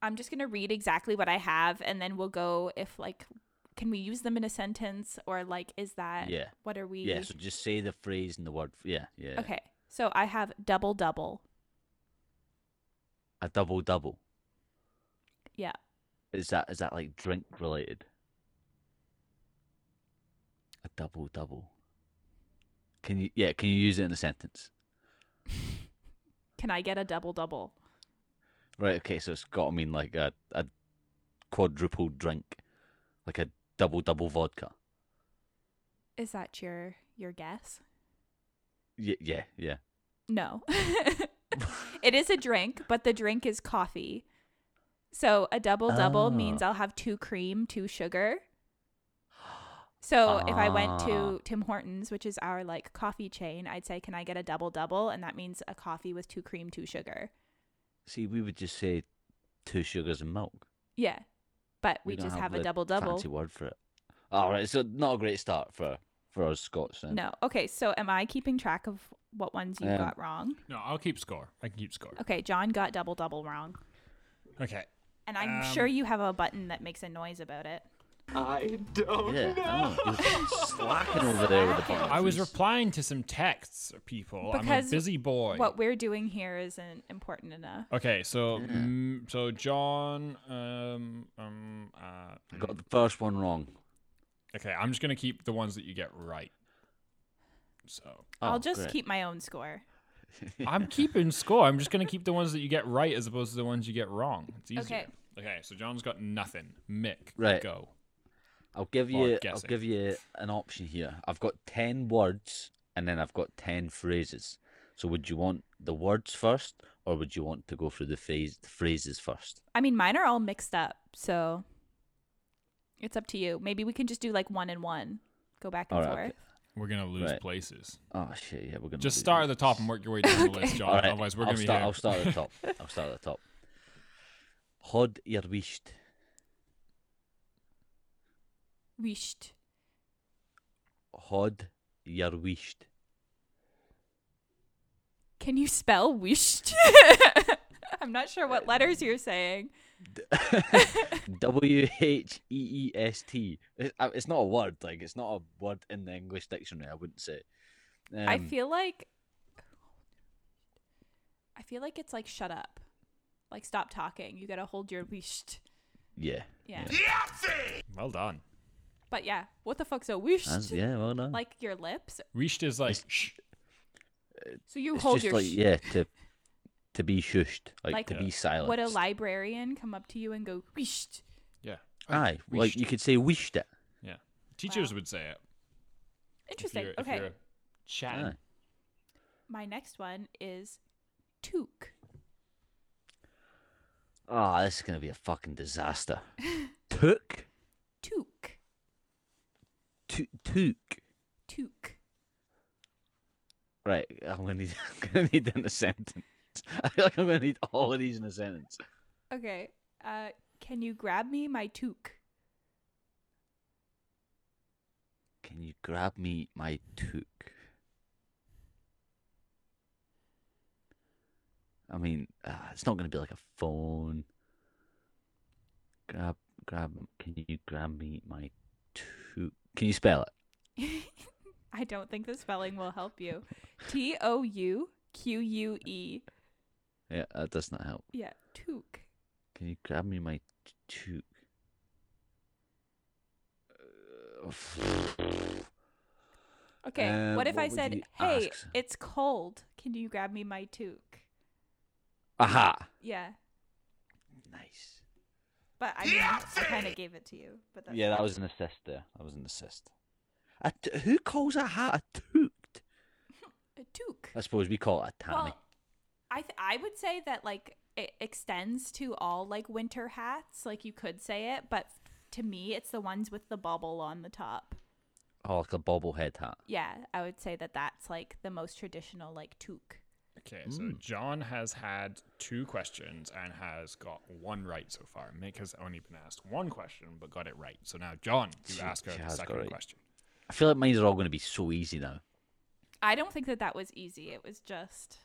C: I'm just going to read exactly what I have and then we'll go if like can we use them in a sentence or like is that
A: yeah,
C: what are we
A: yeah. So just say the phrase and the word. Yeah, yeah.
C: Okay. So I have double double.
A: A double double.
C: Yeah.
A: Is that is that like drink related? A double double. Can you yeah? Can you use it in a sentence?
C: Can I get a double double?
A: Right. Okay. So it's got to mean like a a quadruple drink, like a double double vodka.
C: Is that your your guess?
A: Yeah. Yeah. Yeah.
C: No. it is a drink, but the drink is coffee. So a double double
A: Oh.
C: means I'll have two cream, two sugar. So if I went
A: Ah.
C: to Tim Hortons, which is our like coffee chain, I'd say, "Can I get a double double?" And that means a coffee with two cream, two sugar.
A: See, we would just say two sugars and milk.
C: Yeah, but we,
A: don't
C: just have, a
A: the
C: double double.
A: Fancy word for it. All right. So not a great start for for us Scots. Then.
C: No, okay. So am I keeping track of what ones you
A: Um,
C: got wrong?
B: No, I'll keep score. I can keep score.
C: Okay, John got double double wrong,
B: Okay.
C: and I'm
B: Um,
C: sure you have a button that makes a noise about it.
D: I don't
A: Yeah. I know. You're slacking over there with the
C: Slacking.
A: buttons.
B: I was replying to some texts, people. I'm a
C: Because
B: busy boy.
C: What we're doing here isn't important enough.
B: Okay, so mm, so John, um, um, uh,
A: got the first one wrong.
B: okay, I'm just gonna keep the ones that you get right. So
A: Oh,
C: I'll just
A: great.
C: keep my own score.
B: I'm keeping score. I'm just gonna keep the ones that you get right as opposed to the ones you get wrong. It's easier.
C: Okay.
B: Okay, so John's got nothing. Mick,
A: Right.
B: go.
A: I'll give
B: Or
A: you. I'll
B: guessing.
A: give you an option here. I've got ten words, and then I've got ten phrases. So, would you want the words first, or would you want to go through the phrase the phrases first?
C: I mean, mine are all mixed up, so it's up to you. Maybe we can just do like one and one, go back and
A: All right,
C: forth.
A: okay.
B: We're gonna lose
A: Right.
B: places.
A: Oh shit! Yeah, we're gonna
B: Just
A: lose
B: start at
A: this.
B: the top and work your way down the list, John.
A: All right,
B: Otherwise, we're
A: I'll
B: gonna be
A: start,
B: here.
A: I'll start at the top. I'll start at the top. Hod Yerwisht.
C: Wisht.
A: Hod Yerwisht.
C: Can you spell wisht? I'm not sure
A: Uh,
C: what letters you're saying.
A: W H E E S T. It- uh, It's not a word. Like it's not a word in the English dictionary. I wouldn't say. Um,
C: I feel like I feel like it's like shut up, like stop talking. You gotta hold your wisht.
A: Yeah.
C: Yeah.
B: Well done.
C: But yeah, what the fuck's a wisht?
A: That's, yeah. Well done.
C: Like your lips.
B: Reached is like shh.
C: So you
A: it's
C: hold
A: just
C: your
A: like
C: sh-
A: yeah to to be shushed, like,
C: Like,
A: to
B: Yeah.
A: be silent.
C: Would a librarian come up to you and go wisht?
B: Yeah.
A: Aye, like
B: Reached.
A: you could say wished it.
B: Yeah. Teachers
C: Wow.
B: would say it. if
C: Interesting.
B: you're- if
C: okay.
B: you're Chatting.
A: Aye.
C: My next one is Took.
A: Ah, this is gonna be a fucking disaster. took,
C: Took.
A: to, took.
C: Took.
A: Right, I'm gonna need, I'm gonna need that in a sentence. I feel like I'm gonna need all of these in a sentence.
C: Okay. Uh, can you grab me my took?
A: Can you grab me my took? I mean, uh, it's not gonna be like a phone. Grab, grab. Can you grab me my took? Can you spell it?
C: I don't think the spelling will help you. T O U Q U E.
A: Yeah, that does not help.
C: Yeah, took.
A: Can you grab me my toque? Uh,
C: Okay.
A: Um,
C: what if
A: what
C: I
A: would
C: said,
A: you
C: "Hey,
A: ask?
C: it's cold. Can you grab me my took?"
A: Aha!
C: Yeah.
A: Nice.
C: But I, mean, I kind of gave it to you. But that's
A: Yeah, that was an assist there. That was an assist. A t- who calls a hat a toot?
C: a toque.
A: I suppose we call it a tammy.
C: Well, I th- I would say that like it extends to all like winter hats. Like you could say it, but to me, it's the ones with the bobble on the top.
A: oh, like a bobblehead hat.
C: Yeah, I would say that that's like the most traditional like toque.
B: Okay,
A: Mm.
B: so John has had two questions and has got one right so far. Mick has only been asked one question but got it right. So now, John, you
A: She-
B: ask her
A: she
B: the
A: has got
B: second
A: right.
B: question.
A: I feel like mine are all going to be so easy now.
C: I don't think that that was easy. It was just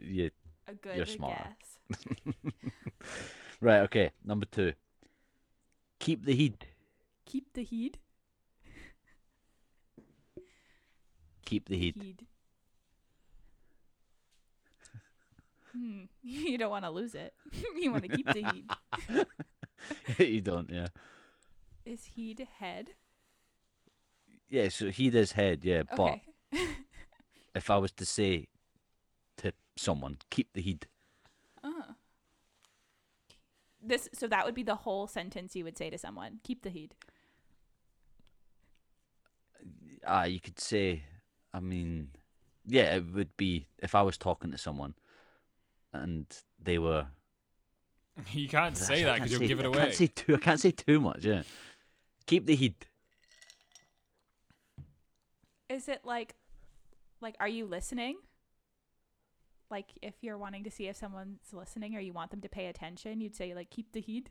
A: Yeah.
C: a good
A: You're smarter.
C: guess.
A: Right. Okay. Number two. Keep the heat.
C: Keep the heed.
A: Keep the heat.
C: Heed. Hmm. You don't want to lose it. you want to keep the heed.
A: you don't. Yeah.
C: Is heed head?
A: Yeah. So heat is head. Yeah. But
C: Okay.
A: if I was to say to someone, keep the heat.
C: Uh. This so that would be the whole sentence you would say to someone. Keep the heed.
A: Ah, you could say. I mean, yeah, it would be if I was talking to someone, and they were.
B: You can't say
A: I
B: that
A: can't
B: because you'll
A: say-
B: give it
A: I
B: away.
A: can't say too. I can't say too much. Yeah. Keep the heat.
C: Is it like like are you listening? Like if you're wanting to see if someone's listening or you want them to pay attention, you'd say like keep the heed.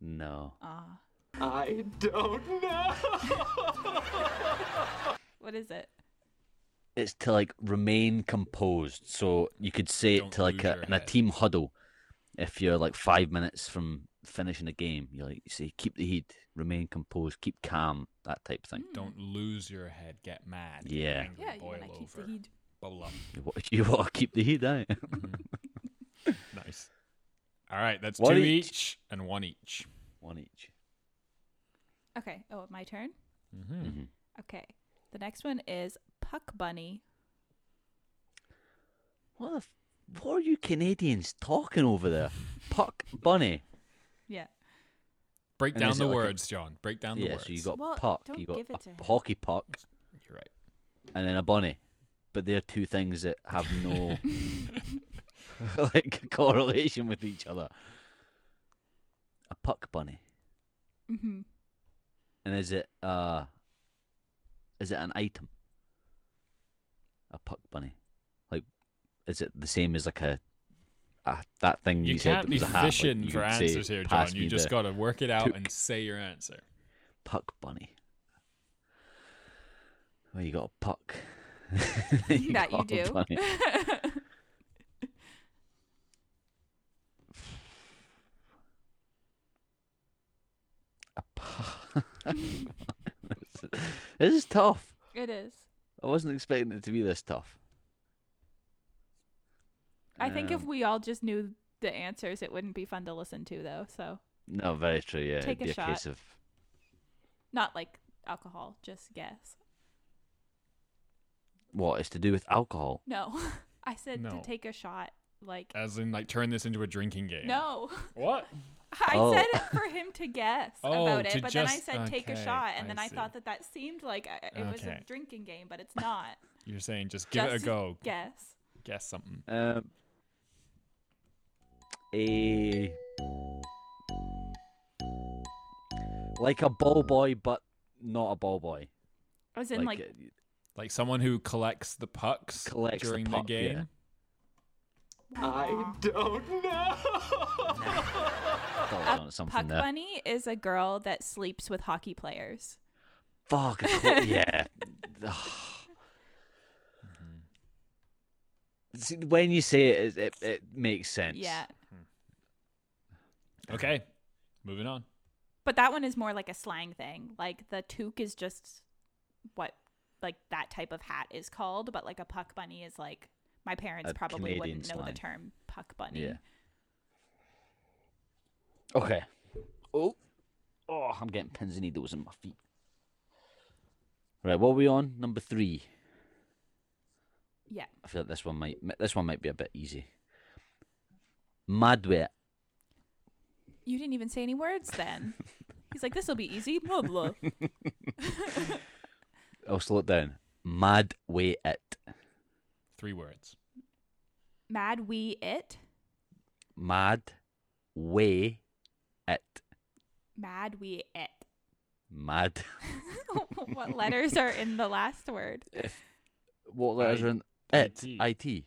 A: No.
C: Ah.
D: I don't know.
C: What is it?
A: it's to like remain composed. So you could say
B: Don't
A: it to like
B: lose
A: a,
B: your
A: in a
B: head.
A: team huddle. If you're like five minutes from finishing a game, you like you say keep the heat, remain composed, keep calm, that type thing.
B: Don't lose your head. Get mad. get
A: Yeah.
B: angry,
C: Yeah, you
B: boil
C: want to keep
B: over.
C: the heed.
B: Bubble up.
A: You wa- You want to keep the heat, eh?
B: Nice. All right, that's
A: One
B: two
A: each.
B: each. and one each.
A: One each.
C: Okay. Oh, my turn.
A: Mm.
B: Mm-hmm.
C: Okay. The next one is Puck Bunny.
A: What the? F- what are you Canadians talking over there? Puck bunny.
C: Yeah.
B: Break
A: And
B: down
A: is
B: the
A: it like a-
B: words, John. Break down the
A: Yeah,
B: words.
A: so you got
C: Well,
A: puck,
C: don't
A: you got
C: give it
A: a
C: to him.
A: hockey puck,
B: You're right.
A: and then a bunny. But they're two things that have no like correlation with each other. A puck bunny.
C: Mm-hmm.
A: And is it uh is it an item? A puck bunny. Like is it the same as like a, a that thing you,
B: You
A: said
B: can't
A: that
B: be
A: was a hat? like,
B: fishing
A: you
B: for
A: would say,
B: answers here,
A: "Pass
B: John.
A: me
B: You just
A: the
B: got to work it out
A: took."
B: and say your answer.
A: puck bunny. Well you got a puck.
C: that you
A: got a
C: do.
A: bunny. A pu- this is tough.
C: it is.
A: I wasn't expecting it to be this tough.
C: I think if
A: Um,
C: we all just knew the answers, it wouldn't be fun to listen to, though. So
A: no, very true. Yeah,
C: Take
A: it'd
C: a
A: be a,
C: shot.
A: case of
C: not like alcohol, just guess.
A: what it's to do with alcohol.
C: No, I said
B: No.
C: to take a shot. Like
B: As in, like, turn this into a drinking game.
C: no,
B: What?
C: I
A: Oh.
C: said it for him to guess
B: Oh,
C: about
B: to
C: it, but then I
B: just-
C: said take a
B: okay,
C: shot, and
B: I
C: then I
B: see.
C: thought that that seemed like I- it was a
B: Okay.
C: drinking game, but it's not.
B: You're saying just give it
C: Just
B: a go.
C: Guess.
B: Guess something.
A: Um, a like a ball boy, but not a ball boy.
C: As in like,
A: uh,
B: Like someone who collects the pucks
A: Collects the
B: during the,
A: puck, yeah.
B: game.
D: I don't know.
A: I thought I was onto something
C: Puck
A: there.
C: Bunny is a girl that sleeps with hockey players.
A: Fuck. of cour- yeah. Ugh. See, When you say it, it, it makes sense.
C: Yeah.
B: Okay, moving on.
C: But that one is more like a slang thing. Like the toque is just what like that type of hat is called, but like a puck bunny is like my parents
A: A
C: probably
A: Canadian
C: wouldn't know the
A: slang.
C: term puck bunny.
A: Yeah. Okay. Oh. Oh, I'm getting pins and needles in my feet. Right, what are we on? Number three.
C: Yeah.
A: I feel like this one might this one might be a bit easy. Madwit.
C: You didn't even say any words then. He's like, this will be easy. Blah, blah.
A: I'll Oh, slow it down. Mad way it.
B: Three words.
C: Mad we it.
A: Mad way it.
C: Mad we it.
A: Mad.
C: what letters are in the last word?
A: What
B: letters
A: letters
B: are
A: in it?
B: IT.
A: It.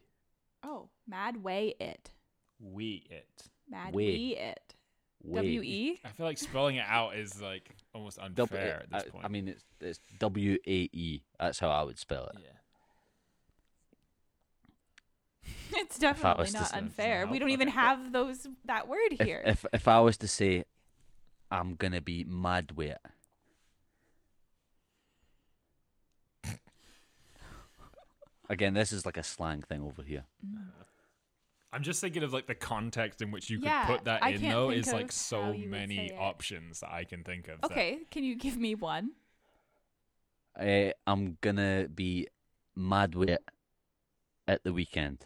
C: Oh, mad way it.
B: We it.
C: Mad
A: Way.
C: we it. W E.
B: I feel like spelling it out is like almost
A: Dub-
B: unfair at
A: E. I,
B: this point.
A: I mean, it's it's W A E. That's how I would spell it.
B: yeah.
C: It's
A: that
C: definitely
A: was
C: not
A: just-
C: unfair.
B: no,
C: We don't even
B: okay.
C: have those that word
A: If,
C: here.
A: if if I was to say, I'm gonna be mad with it. Again, this is like a slang thing over here.
C: Mm.
B: I'm just thinking of like the context in which you could
C: Yeah,
B: put that
C: I
B: in
C: can't
B: though
C: think
B: is like
C: of how
B: so
C: you would say
B: many
C: it.
B: options that I can think of. that-
C: okay, can you give me one?
A: Uh, I'm gonna be mad with it at the weekend.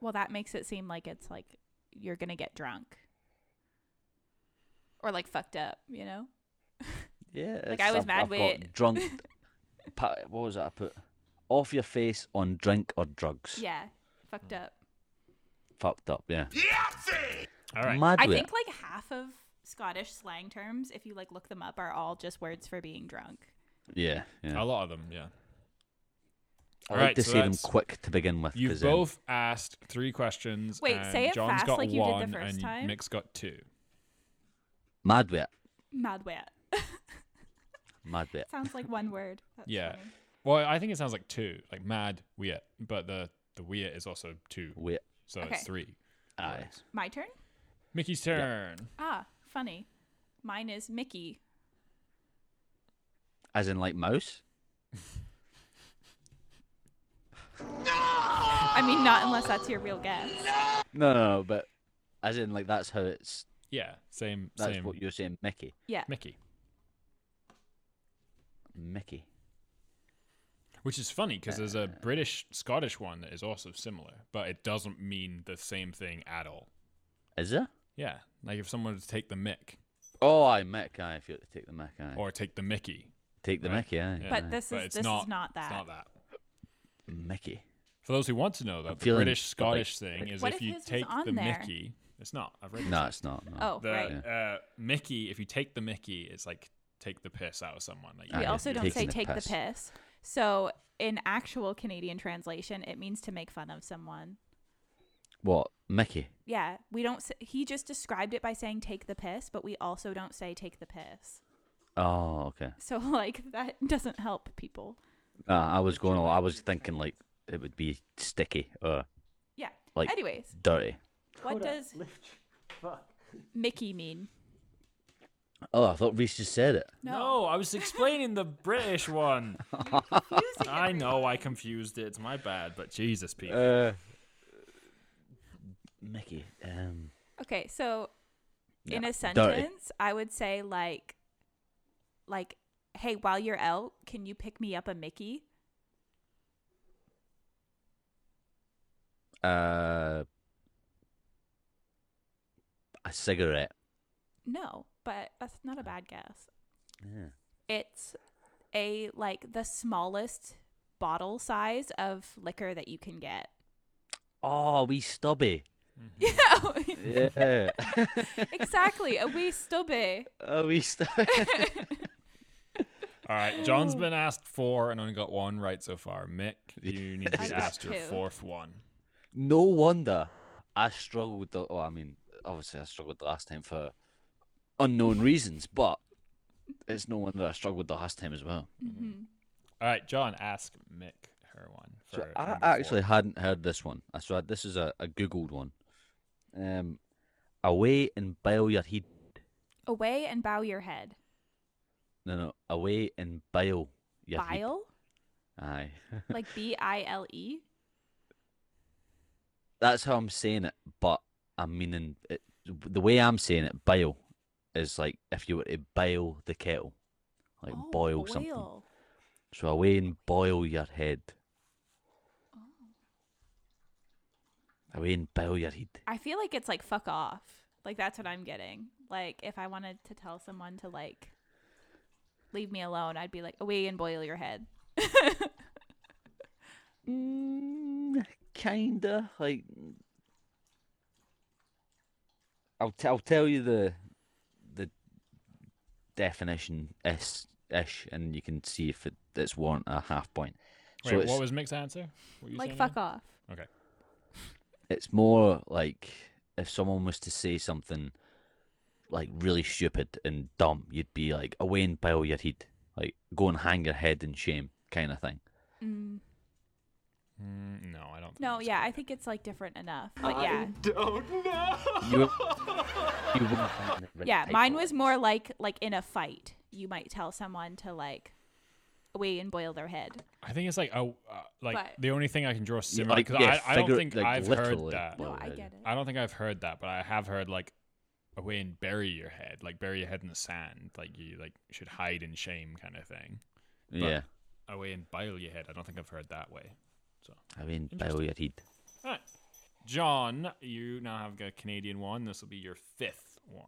C: Well, that makes it seem like it's like you're gonna get drunk or like fucked up, you know?
A: Yeah,
C: Like,
A: it's-
C: I was
A: I've-
C: mad
A: I've
C: with-
A: got drunk. pa- what was that I put? Off your face on drink or drugs.
C: Yeah, fucked up.
A: Fucked up. Yeah.
B: All right.
A: Mad
C: I
A: with it.
C: think like half of Scottish slang terms, if you like look them up, are all just words for being drunk.
A: Yeah. Yeah.
B: A lot of them, yeah.
A: I
B: All
A: like
B: right,
A: to
B: so
A: say them
B: that's-
A: quick to begin with.
B: You
A: 'cause um, then-
B: both asked three questions.
C: Wait,
B: and
C: say it
B: John's
C: fast
B: got
C: like you did the
B: one
C: first
B: and
C: time.
B: Nick's got two.
A: mad with it.
C: Mad wet.
A: Mad with it.
C: Sounds like one word. That's
B: Yeah.
C: funny.
B: Well, I think it sounds like two, like mad weird, but the the weird is also two,
A: Wait.
B: so
C: Okay.
B: it's three.
A: Aye.
B: words.
C: My turn?
B: Mickey's turn.
C: Ah, funny. Mine is Mickey.
A: As in like mouse.
C: I mean, not unless that's your real guess.
A: No, no, no, but as in like that's how it's.
B: Yeah, same
A: That's
B: same.
A: what you're saying, Mickey.
C: Yeah.
B: Mickey,
A: Mickey.
B: which is funny because there's
A: Uh.
B: a British Scottish one that is also similar, but it doesn't mean the same thing at all.
A: Is it?
B: Yeah, like if someone were to take the Mick
A: Oh, I Mick. Aye, if you take the Mick, aye.
B: or take the Mickey,
A: take the
B: right.
A: Mickey, aye.
B: Yeah.
C: But this
B: but
C: is
B: it's
C: this
B: not,
C: is not
B: It's
C: that.
B: not that.
A: Mickey.
B: For those who want to know, though, the
A: feeling
B: British
A: like-
B: Scottish thing is
C: What
B: if,
C: if
B: you
C: his was
B: take
C: on
B: the
C: there?
B: Mickey, it's not. I've read
A: No, it's not. No.
C: Oh,
B: the
C: right.
B: uh, Mickey. If you take the Mickey, it's like take the piss out of someone. Like
A: Ah,
C: We
A: yeah,
C: also don't
A: taking
C: say
A: the
C: take
A: piss.
C: the piss. So in actual Canadian translation, it means to make fun of someone.
A: What? Mickey.
C: Yeah, we don't. s- He just described it by saying take the piss, but we also don't say take the piss.
A: Oh, okay.
C: So like that doesn't help people.
A: Uh, I was going. I was thinking like it would be sticky or
C: Yeah.
A: Like-
C: Anyways,
A: dirty.
C: what does Mickey mean?
A: Oh, I thought Reese just said it.
C: No.
B: I was explaining the British one. I know I confused it. It's my bad, but Jesus, people.
A: Uh, Mickey. Um,
C: Okay, so in
A: yeah, dirty.
C: a sentence, I would say like, like, hey, while you're out, can you pick me up a Mickey?
A: Uh, a cigarette.
C: No, but that's not a bad guess.
A: Yeah.
C: It's a like the smallest bottle size of liquor that you can get.
A: Oh, we stubby.
B: Mm-hmm.
C: Yeah,
A: Yeah.
C: exactly. A wee stubby.
A: oh, we stubby.
B: All right, John's been asked four and only got one right so far. Mick, you need to
C: I
B: be
C: got
B: asked your
C: two.
B: fourth one.
A: no wonder I struggled. The, oh, I mean, obviously I struggled the last time for unknown reasons, but it's no wonder I struggled the last time as well.
C: Mm-hmm.
B: All right, John, ask Mick her one. For
A: So I
B: number four.
A: actually hadn't heard this one. I saw this is a, a googled one. Um, away and bow your head.
C: Away and bow your head.
A: No, no, away and bile your head.
C: Bile,
A: Aye,
C: like B I L E.
A: that's how I'm saying it. But I'm meaning it, the way I'm saying it. Bile is like if you were to bile the kettle, like
C: Oh,
A: boil something.
C: boil.
A: So away and boil your head.
C: Oh.
A: Away and boil your head.
C: I feel like it's like fuck off. Like that's what I'm getting. Like if I wanted to tell someone to like leave me alone, I'd be like, away and boil your head.
A: Mm, kinda like I'll t- I'll tell you the the definition is ish, and you can see if it, it's warrant a half point. So
B: Wait,
A: it's
B: what was Mick's answer? What were you
C: like
B: saying
C: fuck off.
B: again? Okay.
A: it's more like if someone was to say something like really stupid and dumb, you'd be like away and bow your head, like go and hang your head in shame, kind of thing.
C: Mm.
B: Mm, no, I don't. Think
C: No,
B: that's
C: yeah,
B: good.
C: I think it's like different enough. But
D: I
C: yeah,
D: don't know.
A: You, you wouldn't find the right
C: yeah,
A: type
C: mine
A: of
C: was
A: words.
C: more like like in a fight, you might tell someone to like away and boil their head.
B: I think it's like oh, uh, like
C: But-
B: the only thing I can draw similar
A: like,
B: because
A: yeah,
B: I, I don't
A: figure-
B: think
A: like,
B: I've
A: literally.
B: heard that.
A: Well,
C: no, I
A: yeah.
C: get it.
B: I don't think I've heard that, but I have heard like away and bury your head, like bury your head in the sand, like you like should hide in shame kind of thing.
A: Yeah,
B: Away and boil your head. I don't think I've heard that way.
A: I mean, bow your head.
B: All right, John, you now have a Canadian one. This will be your fifth one.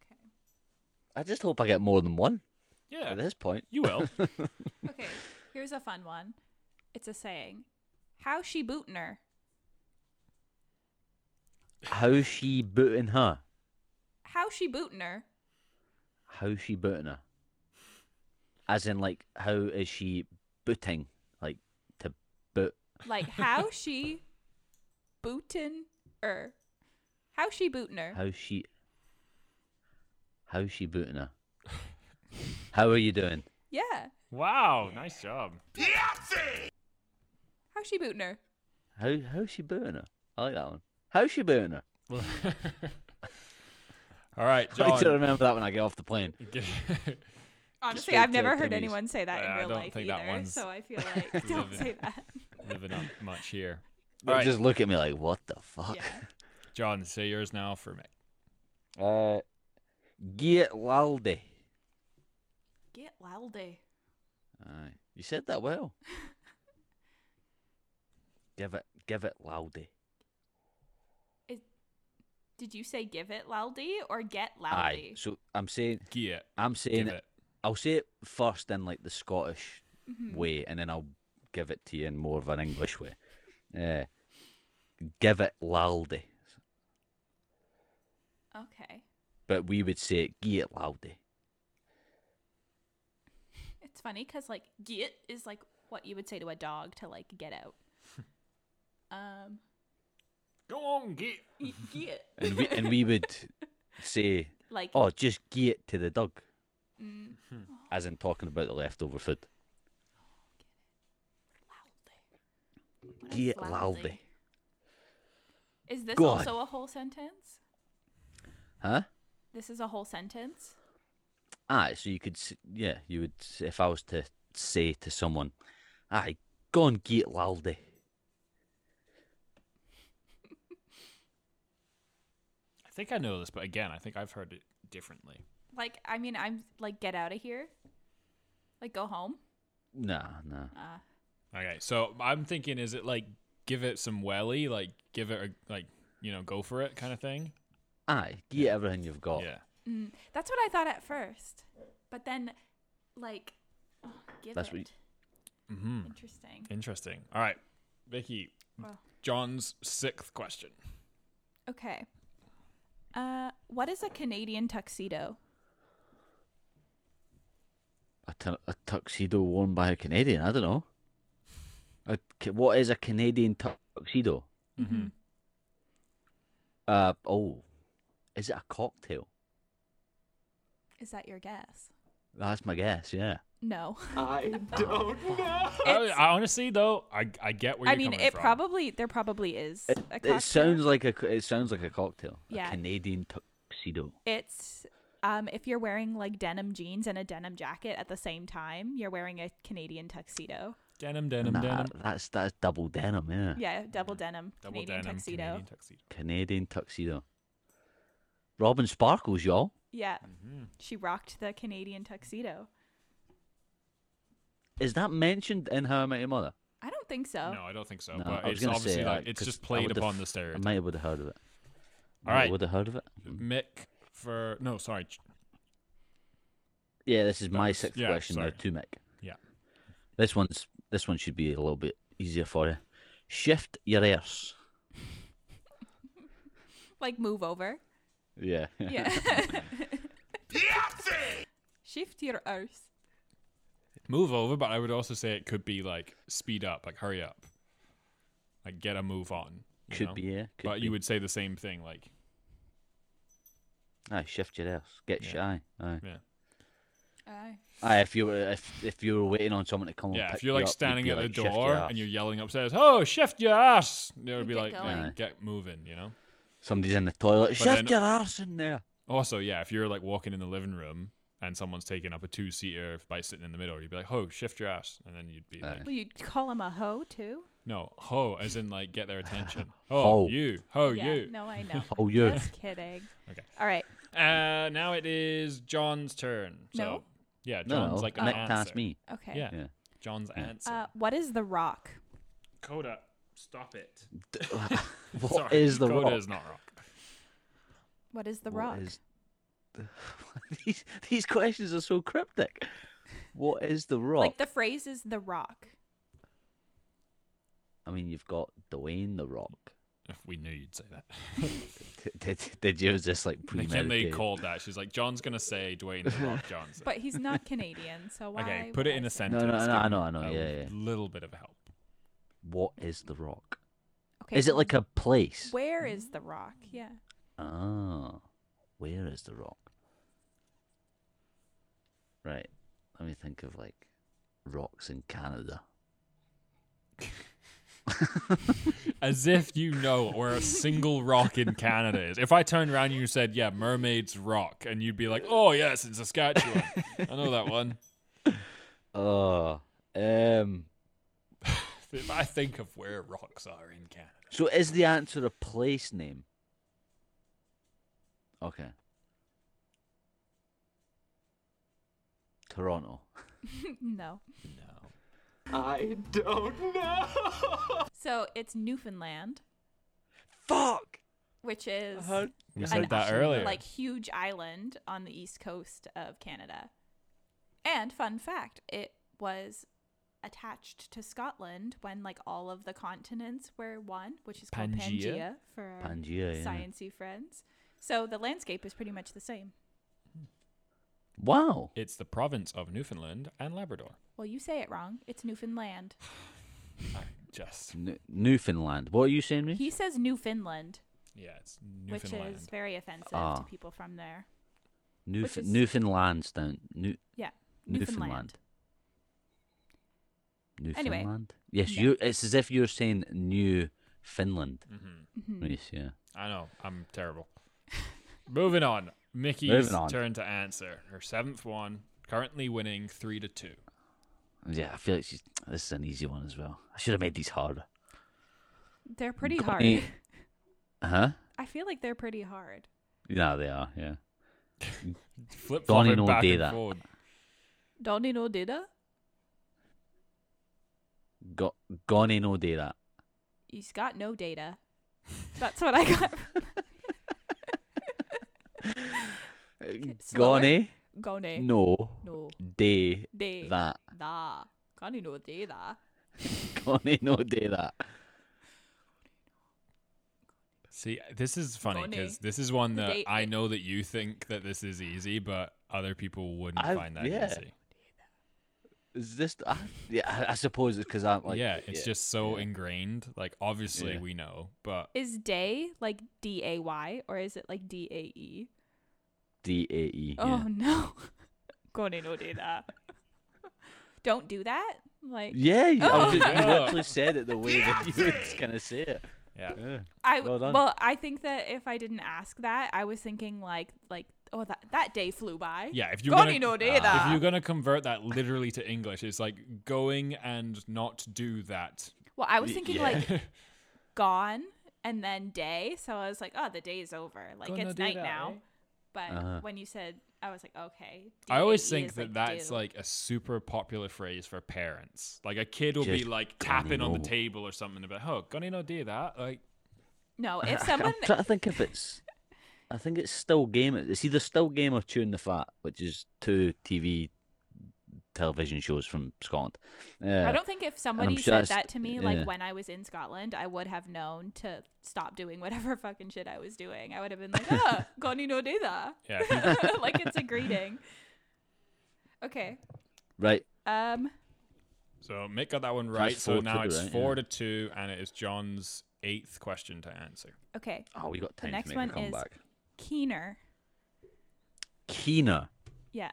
C: Okay.
A: I just hope I get more than one
B: Yeah,
A: at this point.
B: you will.
C: Okay. Here's a fun one. It's a saying. How she bootin' her?
A: How's she booting her?
C: How she bootin' her?
A: How's she booting her? As in, like, how is she booting? Like, to boot.
C: Like how she bootin' her? How she bootin' her?
A: How's she. How's she booting her? How are you doing?
C: Yeah.
B: wow, nice job.
C: How she bootin' her?
A: How How's she booting her? I like that one. How's she booting her?
B: All right,
A: I need to
B: John.
A: remember that when I get off the plane.
C: Honestly,
A: Straight
C: I've never
A: to
C: heard
A: Timmy's.
C: anyone say that
B: Yeah, I
C: in real
B: don't
C: life
B: think that
C: either.
B: one's-
C: So I feel like don't say that.
B: Living up much here.
A: They'll
B: right.
A: Just look at me like, what the fuck?
C: Yeah.
B: John, say yours now for me.
A: Uh, get laldy.
C: Get loudy.
A: Aye. You said that well. give it give it loudy.
C: Did you say give it loudy or get
A: Aye.
C: loudy?
A: So I'm saying
B: Yeah,
A: I'm
B: give
A: saying
B: it.
A: I'll say it first in like the Scottish
C: Hmm. Mm-hmm.
A: way and then I'll give it to you in more of an English way. Uh, give it loudy.
C: Okay.
A: But we would say gie it loudy.
C: It's funny because like get is like what you would say to a dog to like get out. um,
B: Go on, get.
C: y- get
A: And we and we would say,
C: like
A: Oh, just gie it to the dog
C: mm,
A: as in talking about the leftover food.
C: loudy. What is
A: Get
C: loudy?
A: loudy.
C: Is this
A: Go on.
C: also a whole sentence?
A: Huh?
C: This is a whole sentence.
A: Aye, so you could, s- yeah, you would. s- If I was to say to someone, "Aye, go and get laldy,"
B: I think I know this, but again, I think I've heard it differently.
C: Like I mean, I'm like get out of here. Like go home.
A: nah, nah,
C: Uh,
B: Okay, so I'm thinking, is it like give it some welly, like give it a like you know go for it kind of thing?
A: aye, get everything you've got.
B: Yeah,
C: mm, that's what I thought at first, but then like oh, give
A: That's
C: it.
A: what you-
B: hmm
C: Interesting.
B: interesting. All right, Vicky,
C: Wow.
B: John's sixth question.
C: Okay. Uh, what is a Canadian tuxedo?
A: A, tu- a tuxedo worn by a Canadian. I don't know. A ca- what is a Canadian tu- tuxedo?
B: Mm-hmm.
A: Uh oh, is it a cocktail?
C: Is that your guess?
A: That's my guess. Yeah.
C: No.
D: I don't know.
B: I,
C: It's-
B: I honestly though, I I get where
C: I
B: you're
C: mean,
B: coming
C: it
B: from.
C: probably there probably is.
A: It,
C: a cocktail.
A: it sounds like a co- it sounds like a cocktail.
C: Yeah.
A: A Canadian tuxedo.
C: It's um, if you're wearing like denim jeans and a denim jacket at the same time, you're wearing a Canadian tuxedo.
B: denim, denim,
A: Nah,
B: denim,
A: that's that's double denim. Yeah.
C: Yeah, double denim,
B: Mm-hmm. double
C: Canadian
B: denim,
C: tuxedo.
B: Canadian tuxedo.
A: Canadian tuxedo. Robin Sparkles, y'all.
C: Yeah,
B: Mm-hmm.
C: she rocked the Canadian tuxedo.
A: Is that mentioned in How I Met Your Mother?
C: I don't think so.
B: No, I don't think so.
A: No,
B: but
A: I was
B: it's
A: gonna
B: obviously
A: say,
B: like
A: uh,
B: it's
A: 'cause
B: just
A: I
B: played
A: would've-
B: upon the
A: I
B: stereotype.
A: might have would have heard of it.
B: All right.
A: Would have heard of it.
B: Mick for no, sorry. Ch-
A: Yeah, this is my
B: That's-
A: sixth
B: yeah,
A: question
B: sorry.
A: now to Mick.
B: Yeah.
A: This one's this one should be a little bit easier for you. Shift your arse.
C: Like move over.
A: Yeah.
C: Yeah. Shift your arse.
B: Move over, but I would also say it could be like speed up, like hurry up, like get a move on. you
A: could
B: know?
A: be, yeah. Could
B: but
A: be.
B: you would say the same thing, like
A: Aye, shift your arse. Get
B: Yeah.
A: shy. Aye.
B: yeah,
C: Aye.
A: Aye, if you were if if you were waiting on someone to come and
B: yeah.
A: pick
B: If
A: you
B: you're like
A: up, you'd
B: standing
A: be
B: at the
A: like, "Shift your
B: door
A: arse."
B: and you're yelling upstairs, "Oh, shift your ass!" It would be
C: Get
B: like,
C: going.
B: "Yeah,
A: Yeah.
B: get moving," you know.
A: somebody's in the toilet, shift
B: then-
A: your arse in there.
B: Also, yeah, if you're like walking in the living room and someone's taking up a two-seater by sitting in the middle, you'd be like, "Ho, shift your ass," and then you'd be like,
C: Well, you'd call him a hoe too.
B: "No, ho," as in like get their attention.
A: Ho.
B: Ho, you, ho,
C: yeah.
B: Oh, you.
C: No, I know.
A: Oh you.
C: Just kidding.
B: Okay.
C: All right.
B: Uh, now it is John's turn. So,
C: No?
B: Yeah,
A: No,
B: John's like an
A: Mick
B: answer.
A: passed me.
C: Okay.
B: Yeah,
A: Yeah.
B: John's answer.
C: Uh, what is the rock?
B: Coda, stop it.
A: What is the
B: Coda
A: rock?
B: is not rock.
C: What is the
A: What
C: rock?
A: is- these these questions are so cryptic. What is the rock?
C: Like the phrase is the rock.
A: I mean, you've got Dwayne the Rock.
B: If we knew you'd say that.
A: Did, did, did you was this like
B: Kim, they
A: premeditated?
B: called that. She's like, John's gonna say Dwayne the Rock Johnson.
C: But he's not Canadian, so why?
B: okay, put it in a
C: was
B: sentence.
A: no, no,
B: Give
A: I
B: me
A: know, I know,
B: a
A: yeah, yeah.
B: Little bit of help.
A: What is the rock?
C: Okay,
A: Is it like a place?
C: Where is the rock? Yeah.
A: Ah, where is the rock? Right. Let me think of like rocks in Canada.
B: As if you know where a single rock in Canada is. If I turned around and you said, "Yeah, Mermaid's Rock," and you'd be like, "Oh yes, in Saskatchewan. I know that one."
A: Oh, um.
B: If I think of where rocks are in Canada.
A: So is the answer a place name? Okay. Toronto.
C: no.
B: No.
D: I don't know.
C: So it's Newfoundland,
A: Fuck.
C: which is
B: We
A: An
B: said that
A: actual,
B: earlier.
C: like huge island on the east coast of Canada. And fun fact, it was attached to Scotland when like all of the continents were one, which is called
B: Pangea?
C: Pangea, for our
A: Pangea, yeah.
C: sciencey friends. So the landscape is pretty much the same.
A: Wow.
B: it's the province of Newfoundland and Labrador.
C: Well, you say it wrong. It's Newfoundland.
B: Just
A: N- Newfoundland. What are you saying, me?
C: He says Newfoundland,
B: yeah, it's
C: which
B: Newfoundland.
C: is very offensive
A: Ah.
C: to people from there.
A: Newf-
C: which is-
A: Newfoundland's down. New-
C: Yeah,
A: Newfoundland.
C: Newfoundland. Anyway.
A: Newfoundland. Yes,
C: Yeah.
A: you. It's as if you're saying New Finland.
B: Mm-hmm.
C: Mm-hmm.
A: Reece, yeah.
B: I know I'm terrible. Moving on, Mickey's
A: Moving on.
B: turn to answer her seventh one. Currently winning three to two.
A: Yeah, I feel like she's, this is an easy one as well. I should have made these harder.
C: They're pretty
A: Got
C: hard.
A: any-
B: Uh-huh.
A: Huh?
C: I feel like they're pretty hard.
A: Yeah, they are. Yeah.
B: Flip
A: Donnie
B: flopping
A: no
B: back
A: do
B: and
A: that.
B: forward.
C: Donnie no dida
A: Go- Gone no day that.
C: He's got no data. That's what I got. slower.
A: Gone eh?
C: Gone.
A: no
C: No.
A: day
C: De.
A: that.
C: Da. Gone no data.
A: Gone eh? no day that.
B: See, this is funny
C: Donnie.
B: because this is one that
C: They-
B: I know that you think that this is easy, but other people wouldn't
A: I-
B: find that
A: yeah.
B: easy.
A: Is this? I, yeah, I- I suppose it's because I'm like.
B: yeah, it's just so
A: yeah.
B: ingrained. Like, obviously
A: Yeah.
B: we know, but
C: Is day like D A Y or is it like D A E?
A: D A E.
C: Oh no. Gone no data. Don't do that. Like
A: Yeah, you, I was- you
B: Oh.
A: literally said it the way that you were going to say it.
B: yeah,
A: Yeah.
C: I
A: Well
C: well,
A: done.
C: I think that if I didn't ask that, I was thinking like like oh that that day flew by.
B: yeah. If you're
C: Gone
B: gonna,
C: no
B: if
C: data.
B: you're gonna convert that literally to English, it's like going and not do that.
C: Well, I was thinking
A: yeah.
C: like gone and then day. So I was like, oh, the day is over. Like
B: Gonna
C: it's
B: do
C: night
B: that,
C: now.
B: eh?
C: But
A: Uh-huh.
C: when you said, I was like, okay.
B: I always
C: DAE
B: think
C: is,
B: that
C: like,
B: that's
C: do.
B: like a super popular phrase for parents. Like a kid will be
A: Just
B: like
A: gonna
B: tapping on the
A: know.
B: table or something about, oh, gonna no do that. Like
C: no. If someone
A: I'm trying to think if it's I think it's still game. It's either still game or Tune the Fat, which is two TV television shows from Scotland. Uh,
C: I don't think if somebody
A: sure
C: said
A: that's-
C: that to me, like
A: yeah.
C: when I was in Scotland, I would have known to stop doing whatever fucking shit I was doing. I would have been like, "Ah, Goni no do that."
B: Yeah, if you-
C: like it's a greeting. Okay.
A: right.
C: Um.
B: so Mick got that one right. So
A: four
B: now
A: to,
B: it's
A: right?
B: four
A: Yeah.
B: to two, and it is John's eighth question to answer.
C: Okay.
A: Oh, we got time
C: next
A: to make
C: one
A: a
C: is-
A: comeback.
C: Keener.
A: Keener,
C: Yeah.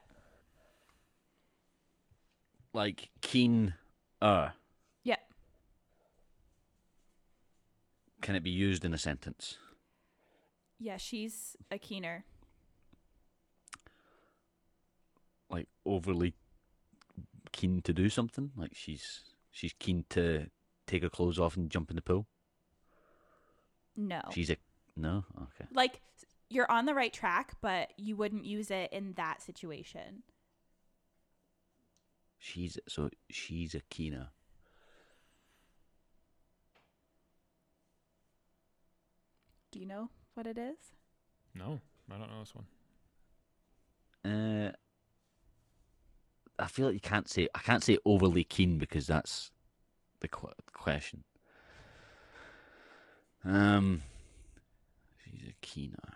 A: like keen. Uh,
C: Yeah.
A: can it be used in a sentence?
C: Yeah. She's a keener.
A: Like overly keen to do something. Like she's she's keen to take her clothes off and jump in the pool.
C: No.
A: She's a no. Okay.
C: like you're on the right track, but you wouldn't use it in that situation.
A: She's so she's a keener.
C: Do you know what it is?
B: No, I don't know this one.
A: Uh, I feel like you can't say I can't say overly keen because that's the qu- question. Um, she's a keener.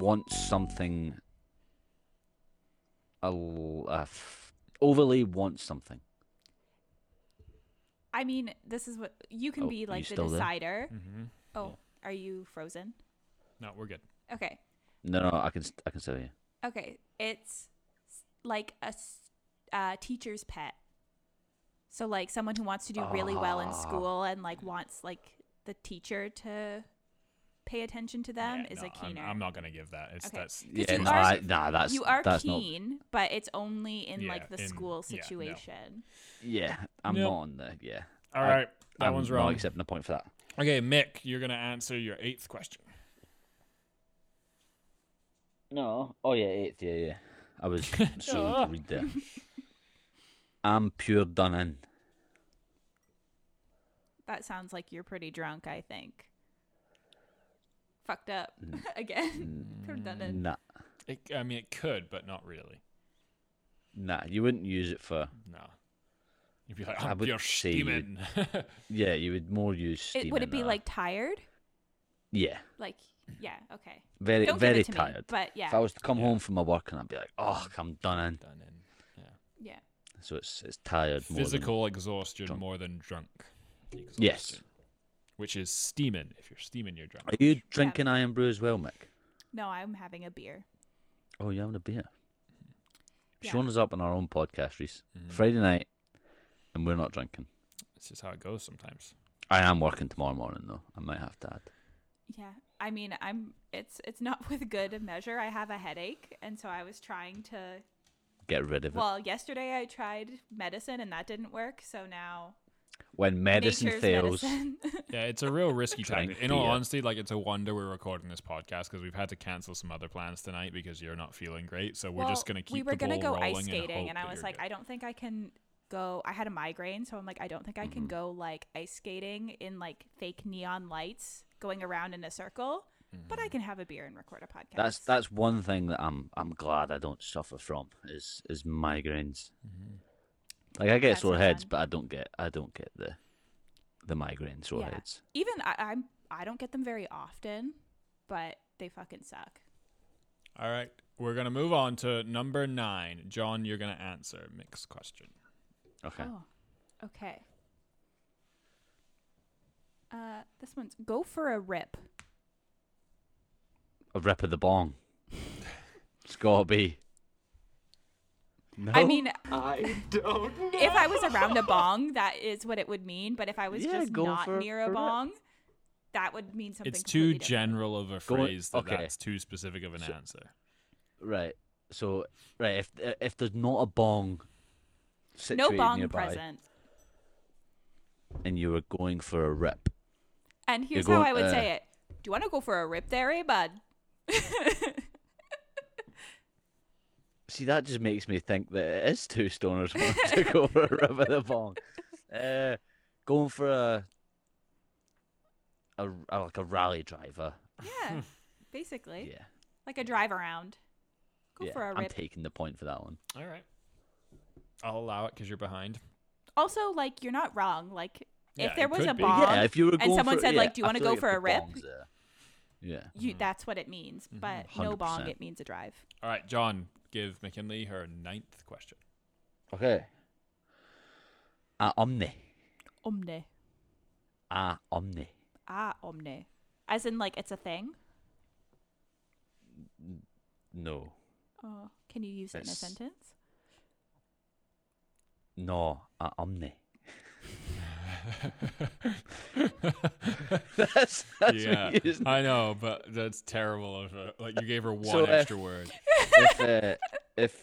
A: Wants something. A, l- a f- overly wants something.
C: I mean, this is what you can
A: Oh,
C: be
A: you
C: like the
A: still there?
C: decider.
B: Mm-hmm.
C: Oh, are you frozen?
B: No, we're good.
C: Okay.
A: No, no, I can st- I can still hear.
C: Okay. It's s- like a s- uh, teacher's pet. So like someone who wants to do really well in
A: Ah.
C: school and like wants like the teacher to pay attention to them
B: Yeah,
C: is
B: no,
C: a
B: I'm-
C: keener.
B: I'm, not gonna give that. It's
C: Okay.
B: that's
C: Because
A: Yeah,
C: you
A: no,
C: are-
A: I- nah, that's
C: you are
A: that's not
C: keen, but it's only in like
B: Yeah,
C: the
B: in-
C: school
B: yeah, no.
C: situation.
A: Yeah, I'm
B: Nope.
A: not on there. Yeah,
B: all
A: I-
B: right. That
A: I'm
B: one's
A: not
B: wrong.
A: accepting a point for that.
B: Okay, Mick, you're gonna answer your eighth question.
A: No. Oh yeah, eighth. Yeah, yeah. I was
C: Oh.
A: so read there. I'm pure done in.
C: That sounds like you're pretty drunk, I think. Fucked up
A: Mm.
C: again. Redundant.
A: Nah,
B: It, I mean, it could, but not really.
A: nah. You wouldn't use it for.
B: No, you'd be like,
A: I
B: I'm
A: would
B: your
A: say you-
B: steaming.
A: Yeah, you would more use.
C: It,
A: Steam
C: would
A: in
C: it be
A: a-
C: like tired?
A: Yeah,
C: Like, yeah, okay.
A: very,
C: Don't
A: very
C: give it to
A: tired.
C: me, but yeah,
A: If I was to come
B: Yeah.
A: home from my work and I'd be like, oh, I'm done in.
B: Done in.
C: yeah.
A: So it's it's tired. more than-
B: Physical exhaustion
A: drunk.
B: more than drunk.
A: Yes.
B: Exhaustion, Which is steaming. If you're steaming, you're drunk.
A: Are you drinking iron brew as well, Mick?
C: No, I'm having a beer.
A: Oh, you're having a beer.
C: Yeah. Mm.
A: Showing us up on our own podcast, Reese. Friday night, and we're not drinking.
B: It's just how it goes sometimes.
A: I am working tomorrow morning though. I might have to add.
C: Yeah, I mean, I'm. It's it's not with good measure. I have a headache, and so I was trying to.
A: Get rid of it.
C: Well, yesterday I tried medicine, and that didn't work. So now
A: when medicine
C: nature's
A: fails.
C: medicine.
B: Yeah, it's a real risky
A: Drink
B: tactic. In all
A: beer.
B: honesty, like it's a wonder we're recording this podcast because we've had to cancel some other plans tonight because you're not feeling great. So we're
C: Well,
B: just gonna keep.
C: we were
B: the
C: gonna
B: ball
C: go
B: rolling
C: ice skating
B: hope
C: and, i
B: that
C: was
B: you're
C: like
B: good.
C: i don't think i can go i had a migraine so i'm like i don't think i
B: Mm-hmm.
C: can go like ice skating in like fake neon lights going around in a circle but
B: Mm-hmm.
C: i can have a beer and record a podcast
A: That's that's one thing that I'm I'm glad I don't suffer from is is migraines. Like I get
C: That's
A: sore
C: not
A: heads,
C: fun.
A: but I don't get I don't get the the migraine sore
C: Yeah.
A: heads.
C: even I, i'm i don't get them very often but they fucking suck
B: All right, we're gonna move on to number nine. John, you're gonna answer Mick's question.
A: Okay.
C: oh okay uh this one's go for a rip
A: A rip of the bong. it's gotta be. No.
C: i mean
D: I don't know.
C: if I was around a bong, that is what it would mean. But if I was
A: Yeah,
C: just
A: go
C: not
A: for-
C: near
A: for
C: a
A: it.
C: bong, that would mean something.
B: it's too
C: completely different.
B: general of a
A: Go on-
B: phrase that
A: okay.
B: that's too specific of an
A: So-
B: answer.
A: right. So right if if there's not a bong.
C: No
A: situated
C: bong
A: nearby
C: present.
A: And you were going for a rip.
C: And here's
A: going-
C: how I would
A: uh,
C: say it: Do you want to go for a rip there, eh, bud?
A: See, that just makes me think that it is two stoners wanting to go for a rip of the bong. Uh, Going for a, a, a like a rally driver.
C: Yeah, basically.
A: Hmm. Yeah,
C: Like a drive around. Go
A: yeah.
C: for a
A: I'm
C: rip.
A: taking the point for that one.
B: All right. I'll allow it because you're behind.
C: also, like, you're not wrong. Like,
B: Yeah,
C: if there
B: it
C: was
B: could
C: a
B: be.
C: bomb,
A: yeah, if you were
C: and
A: going
C: someone
A: for,
C: said,
A: yeah,
C: like, "Do you
A: I
C: wanna
A: feel
C: go
A: like
C: for
A: the
C: a rip?"
A: bong's there. Yeah,
C: you that's what it means.
A: Mm-hmm,
C: But no bong,
A: 100%.
C: it means a drive.
B: All right, John, give McKinley her ninth question.
A: Okay. A omni.
C: Omne.
A: A omni.
C: Ah, omne. As in, like, it's a thing.
A: No.
C: Oh, can you use it in a
A: It's-
C: sentence?
A: No. A omni. that's that's
B: yeah,
A: what you
B: I know, but that's terrible. of her. Like you gave her one
A: So, uh,
B: extra word.
A: if uh, if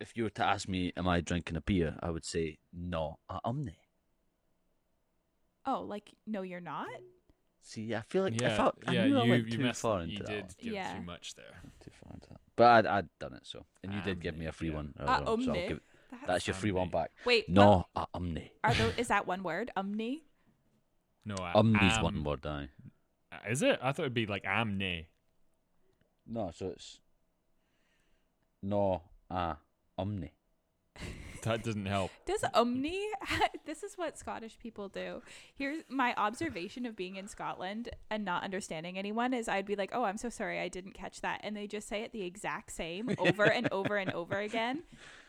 A: if you were to ask me, am I drinking a beer? I would say no, a omni.
C: Oh, like, no, you're not?
A: See, I feel like
B: yeah,
A: I felt I
B: yeah,
A: knew
B: you
A: I went
B: you
A: too
B: messed.
A: far
B: you
A: into that.
B: did
A: one.
B: give
C: Yeah.
B: too much there.
A: Too far into that. But I'd, I'd done it so, and you
B: Ah,
A: did give me a free
B: yeah.
A: one. earlier
C: Ah,
A: on, so I'll
C: omni.
A: give-
C: That's-
A: that's your free one
B: Omni.
A: back.
C: Wait, what-
A: No, a omni.
C: Are those, is that one word? Omni?
B: No, I,
A: Omni's one
B: am-
A: word, aye.
B: Is it? I thought it'd be like amne.
A: No, so it's no a omni.
B: That doesn't help.
C: Does omni? this is what Scottish people do. Here's my observation of being in Scotland and not understanding anyone is I'd be like, "Oh, I'm so sorry, I didn't catch that," and they just say it the exact same over and over and over again.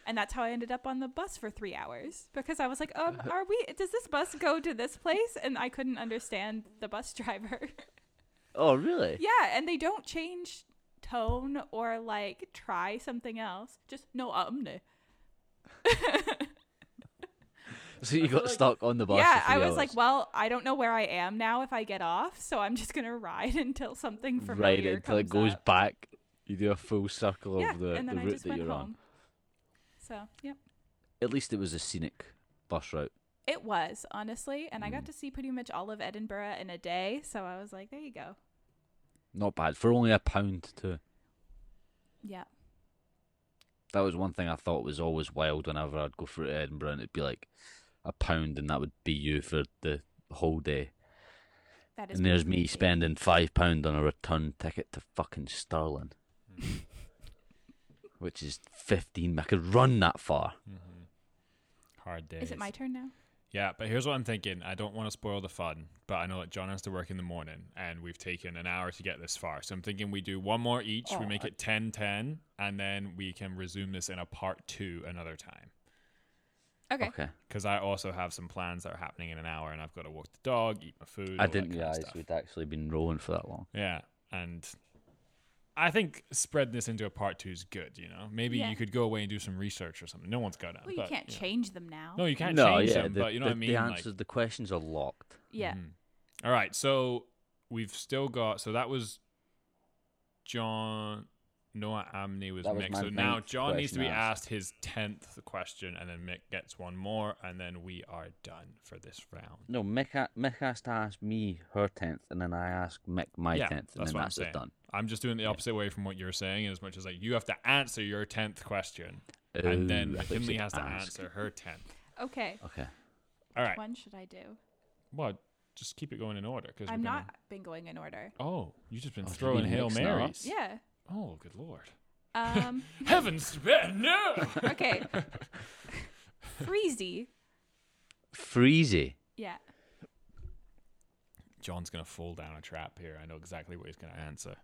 C: And that's how I ended up on the bus for three hours because I was like, "Um, are we? Does this bus go to this place?" And I couldn't understand the bus driver.
A: Oh, really?
C: yeah, and they don't change tone or like try something else. Just no um, omni.
A: So you got stuck on the bus.
C: yeah,
A: for
C: I
A: three
C: was like,
A: hours.
C: well, I don't know where I am now if I get off, so I'm just gonna ride until something familiar
A: right until it
C: comes
A: goes
C: up.
A: back. You do a full circle
C: yeah,
A: of the,
C: and
A: the
C: then I
A: route
C: just
A: that
C: went
A: you're on.
C: home. So yep,
A: At least it was a scenic bus route.
C: it was honestly, and I
A: Mm.
C: got to see pretty much all of Edinburgh in a day, so I was like, there you go.
A: Not bad for only a pound too.
C: Yeah,
A: That was one thing I thought was always wild whenever I'd go through to Edinburgh and it'd be like a pound, and that would be you for the whole day.
C: that is.
A: And there's
C: pretty
A: me
C: crazy.
A: spending five pound on a return ticket to fucking Stirling, which is fifteen. I could run that far.
B: Hard days.
C: Is it my turn now?
B: Yeah, but here's what I'm thinking. I don't want to spoil the fun, but I know that John has to work in the morning, and we've taken an hour to get this far. So I'm thinking we do one more each. we
A: Oh,
B: make
A: I-
B: it 10 10, and then we can resume this in a part two another time.
C: Okay.
A: okay.
B: Because I also have some plans that are happening in an hour, and I've got to walk the dog, eat my food.
A: I
B: all that
A: didn't
B: kinda
A: realize
B: stuff.
A: we'd actually been rolling for that long.
B: Yeah, and I think spreading this into a part two is good. You know, maybe
C: Yeah.
B: you could go away and do some research or something. No one's gonna.
C: Well, you
B: but,
C: can't
B: know.
C: change them now.
B: No, you can't
A: no,
B: change
A: yeah,
B: them.
A: the,
B: but you know
A: the,
B: what I mean.
A: The
B: Like-
A: answers, the questions are locked.
C: yeah,
B: Mhm. All right, so we've still got. So that was John. Noah Amney was
A: That was
B: Mick.
A: my
B: So now
A: ninth
B: John needs to be
A: question asked.
B: asked his tenth question, and then Mick gets one more, and then we are done for this round.
A: No, Mick, a- Mick has to ask me her tenth, and then I ask Mick my tenth, and then
B: what I'm
A: that's it
B: saying.
A: done.
B: I'm just doing the opposite way from what you're saying, as much as like you have to answer your tenth question, and then
A: Ooh, Oh, I thought you
B: McKinley
A: said
B: has to
A: ask.
B: answer her tenth.
C: Okay.
A: Okay.
B: All
C: Which
B: right.
C: one should I do?
B: Well, just keep it going in order because
C: I'm not been going in order.
B: Oh, you've just been
A: Oh, should we
B: throwing hail
A: mix now?
B: marys.
C: Yeah.
B: Oh, good lord.
C: Um.
B: Heavens to bed, no.
C: okay. Freezy.
A: Freezy.
C: Yeah.
B: John's gonna fall down a trap here. I know exactly what he's gonna answer.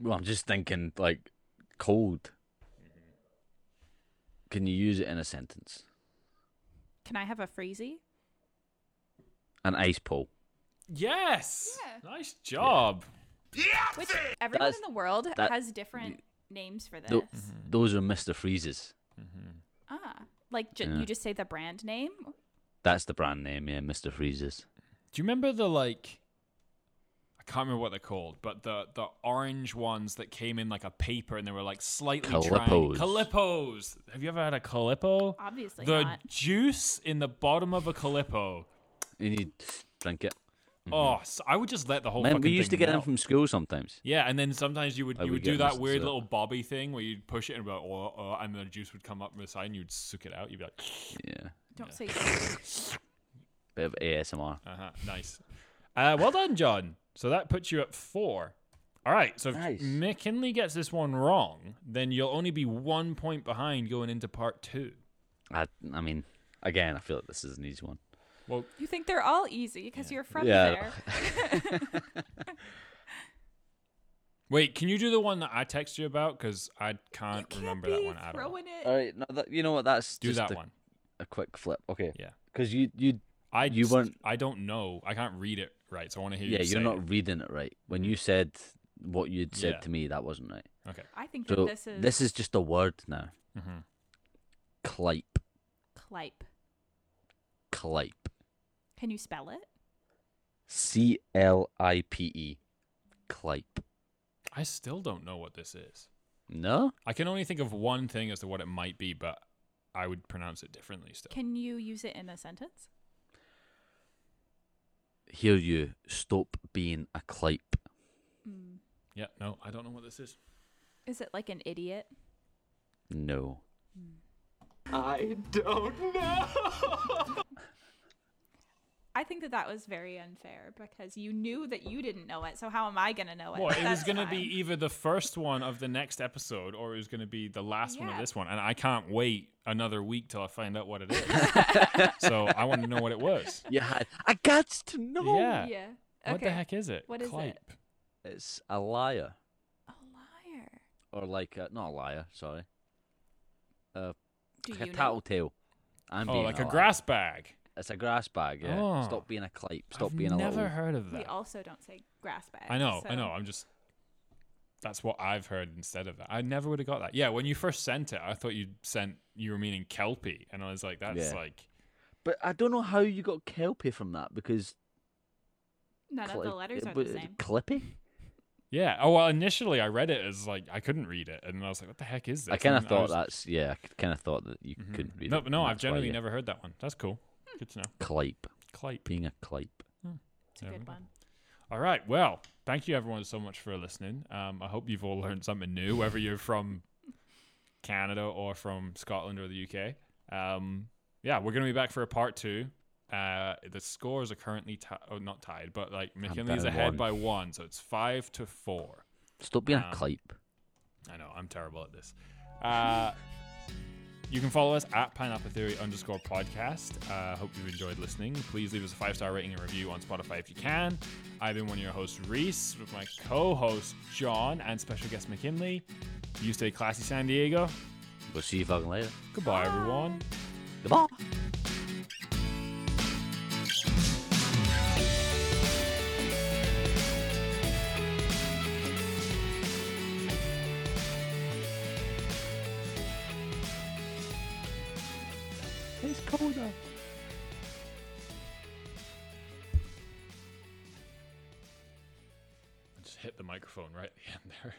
A: Well, I'm just thinking like cold. Can you use it in a sentence?
C: Can I have a freezy?
A: An ice pole.
B: Yes.
C: Yeah.
B: Nice job.
C: Which everyone
A: That's-
C: in the world
A: that-
C: has different names for this.
A: Tho-
B: Mm-hmm.
A: Those are Mister Freezes.
C: Ah, like ju-
A: Yeah.
C: you just say the brand name.
A: That's the brand name, yeah, Mister Freezes.
B: Do you remember the like? I can't remember what they're called, but the the orange ones that came in like a paper and they were like slightly triangle-
A: Calippos.
B: Calippos. Have you ever had a calippo?
C: Obviously
B: the
C: not.
B: juice in the bottom of a calippo.
A: Mm-hmm. You need drink it.
B: Oh, so I would just let the whole.
A: Man,
B: fucking
A: we used to
B: thing
A: get them
B: melt.
A: from school sometimes.
B: Yeah, and then sometimes you would
A: I would
B: you would do
A: get
B: that
A: listens
B: weird
A: to that.
B: little bobby thing where you'd push it and be like, oh, oh, and the juice would come up from the side and you'd suck it out. You'd be like,
A: Yeah.
C: Don't say.
A: Bit of ASMR.
B: Uh-huh. Nice. Uh, well done, John. So that puts you at four. All right. So if
A: Nice.
B: McKinley gets this one wrong, then you'll only be one point behind going into part two.
A: I, I mean, again, I feel like this is an easy one.
B: Well,
C: You think they're all easy because you're from
A: Yeah.
C: there.
B: wait, can you do the one that I texted you about? Because I
C: You
B: can't
C: can't
B: remember
C: be
B: that one at all.
C: throwing it.
A: All right, no, that, you know what? That's
B: Do
A: just
B: that
A: a,
B: one.
A: a quick flip. Okay.
B: Yeah.
A: Because you, you,
B: I
A: You
B: just-
A: weren't-
B: I don't know. I can't read it right, so I want to hear
A: yeah,
B: you.
A: you're
B: say Mm.
A: not reading it right. When you said what you'd said
B: Yeah.
A: to me, that wasn't right.
B: It. Okay.
C: I think
A: So
C: that this is
A: just a word now.
B: Mhm.
A: Clipe,
C: clipe.
A: clipe,
C: Can you spell it?
A: C L I P E, clipe.
B: I still don't know what this is.
A: No,
B: I can only think of one thing as to what it might be, but I would pronounce it differently still.
C: Can you use it in a sentence?
A: hear you. Stop being a clipe.
C: Mm.
B: yeah, no, I don't know what this is.
C: Is it like an idiot?
A: No.
D: I don't know.
C: I think that that was very unfair because you knew that you didn't know it. So how am I gonna know it?
B: Well, it was
C: That's
B: going to be
C: fine.
B: either the first one of the next episode or it was going to be the last one of
C: Yeah.
B: this one. And I can't wait another week till I find out what it is. so I want to know what it was.
A: Yeah, I got to know.
B: Yeah.
C: Yeah. Okay.
B: What the heck is it?
C: What is it?
B: Clipe.
A: It's a liar,
C: A liar.
A: or like a, not a liar. Sorry. Uh,
C: Do
A: like a
C: you know?
A: tattletale. I'm
B: Oh,
A: being
B: like
A: a
B: a
A: liar.
B: grass bag.
A: It's a grass bag. Yeah.
B: Oh.
A: Stop being a clipe. Stop
B: I've
A: being a
B: never
A: little.
B: heard of
C: We
B: that.
C: also don't say grass bag.
B: I know, I
C: so-
B: know. I'm just. That's what I've heard instead of that. I never would have got that. Yeah, when you first sent it, I thought you sent you were meaning kelpie, and I was like, that's
A: Yeah.
B: like
A: But I don't know how you got kelpie from that because
C: None of
A: cli-
C: the letters
A: it
C: are
A: was-
C: the same.
A: Clippy.
B: Yeah. Oh well, initially I read it as like I couldn't read it, and I was like, "What the heck is this?"
A: I kind of
B: And
A: thought
B: was-
A: that's yeah. I kind of thought that you
B: Mhm.
A: couldn't read
B: No,
A: it.
B: but no,
A: and
B: I've
A: that's why
B: generally
A: you-
B: never heard that one. That's cool.
A: Hmm.
B: Good to know.
A: Clipe
B: Clipe.
A: being a clipe.
C: It's a
B: There we
C: good
B: go.
C: one.
B: All right. Well, thank you everyone so much for listening. Um, I hope you've all learned something new, whether you're from Canada or from Scotland or the UK. Um, yeah, we're gonna be back for a part two. Uh, the scores are currently ti oh, not tied, but like McKinley's
A: down
B: ahead
A: one.
B: by one, so it's five to four.
A: Stop being
B: Um,
A: a clipe.
B: I know, I'm terrible at this. Uh, you can follow us at Pineapple Theory underscore podcast. Uh, hope you've enjoyed listening. Please leave us a five star rating and review on Spotify if you can. I've been one of your hosts, Reese, with my co host, John, and special guest, McKinley. You stay classy, San Diego.
A: We'll see you fucking later.
B: Goodbye, everyone.
A: Goodbye. It's colder.
B: I just hit the microphone right at the end there.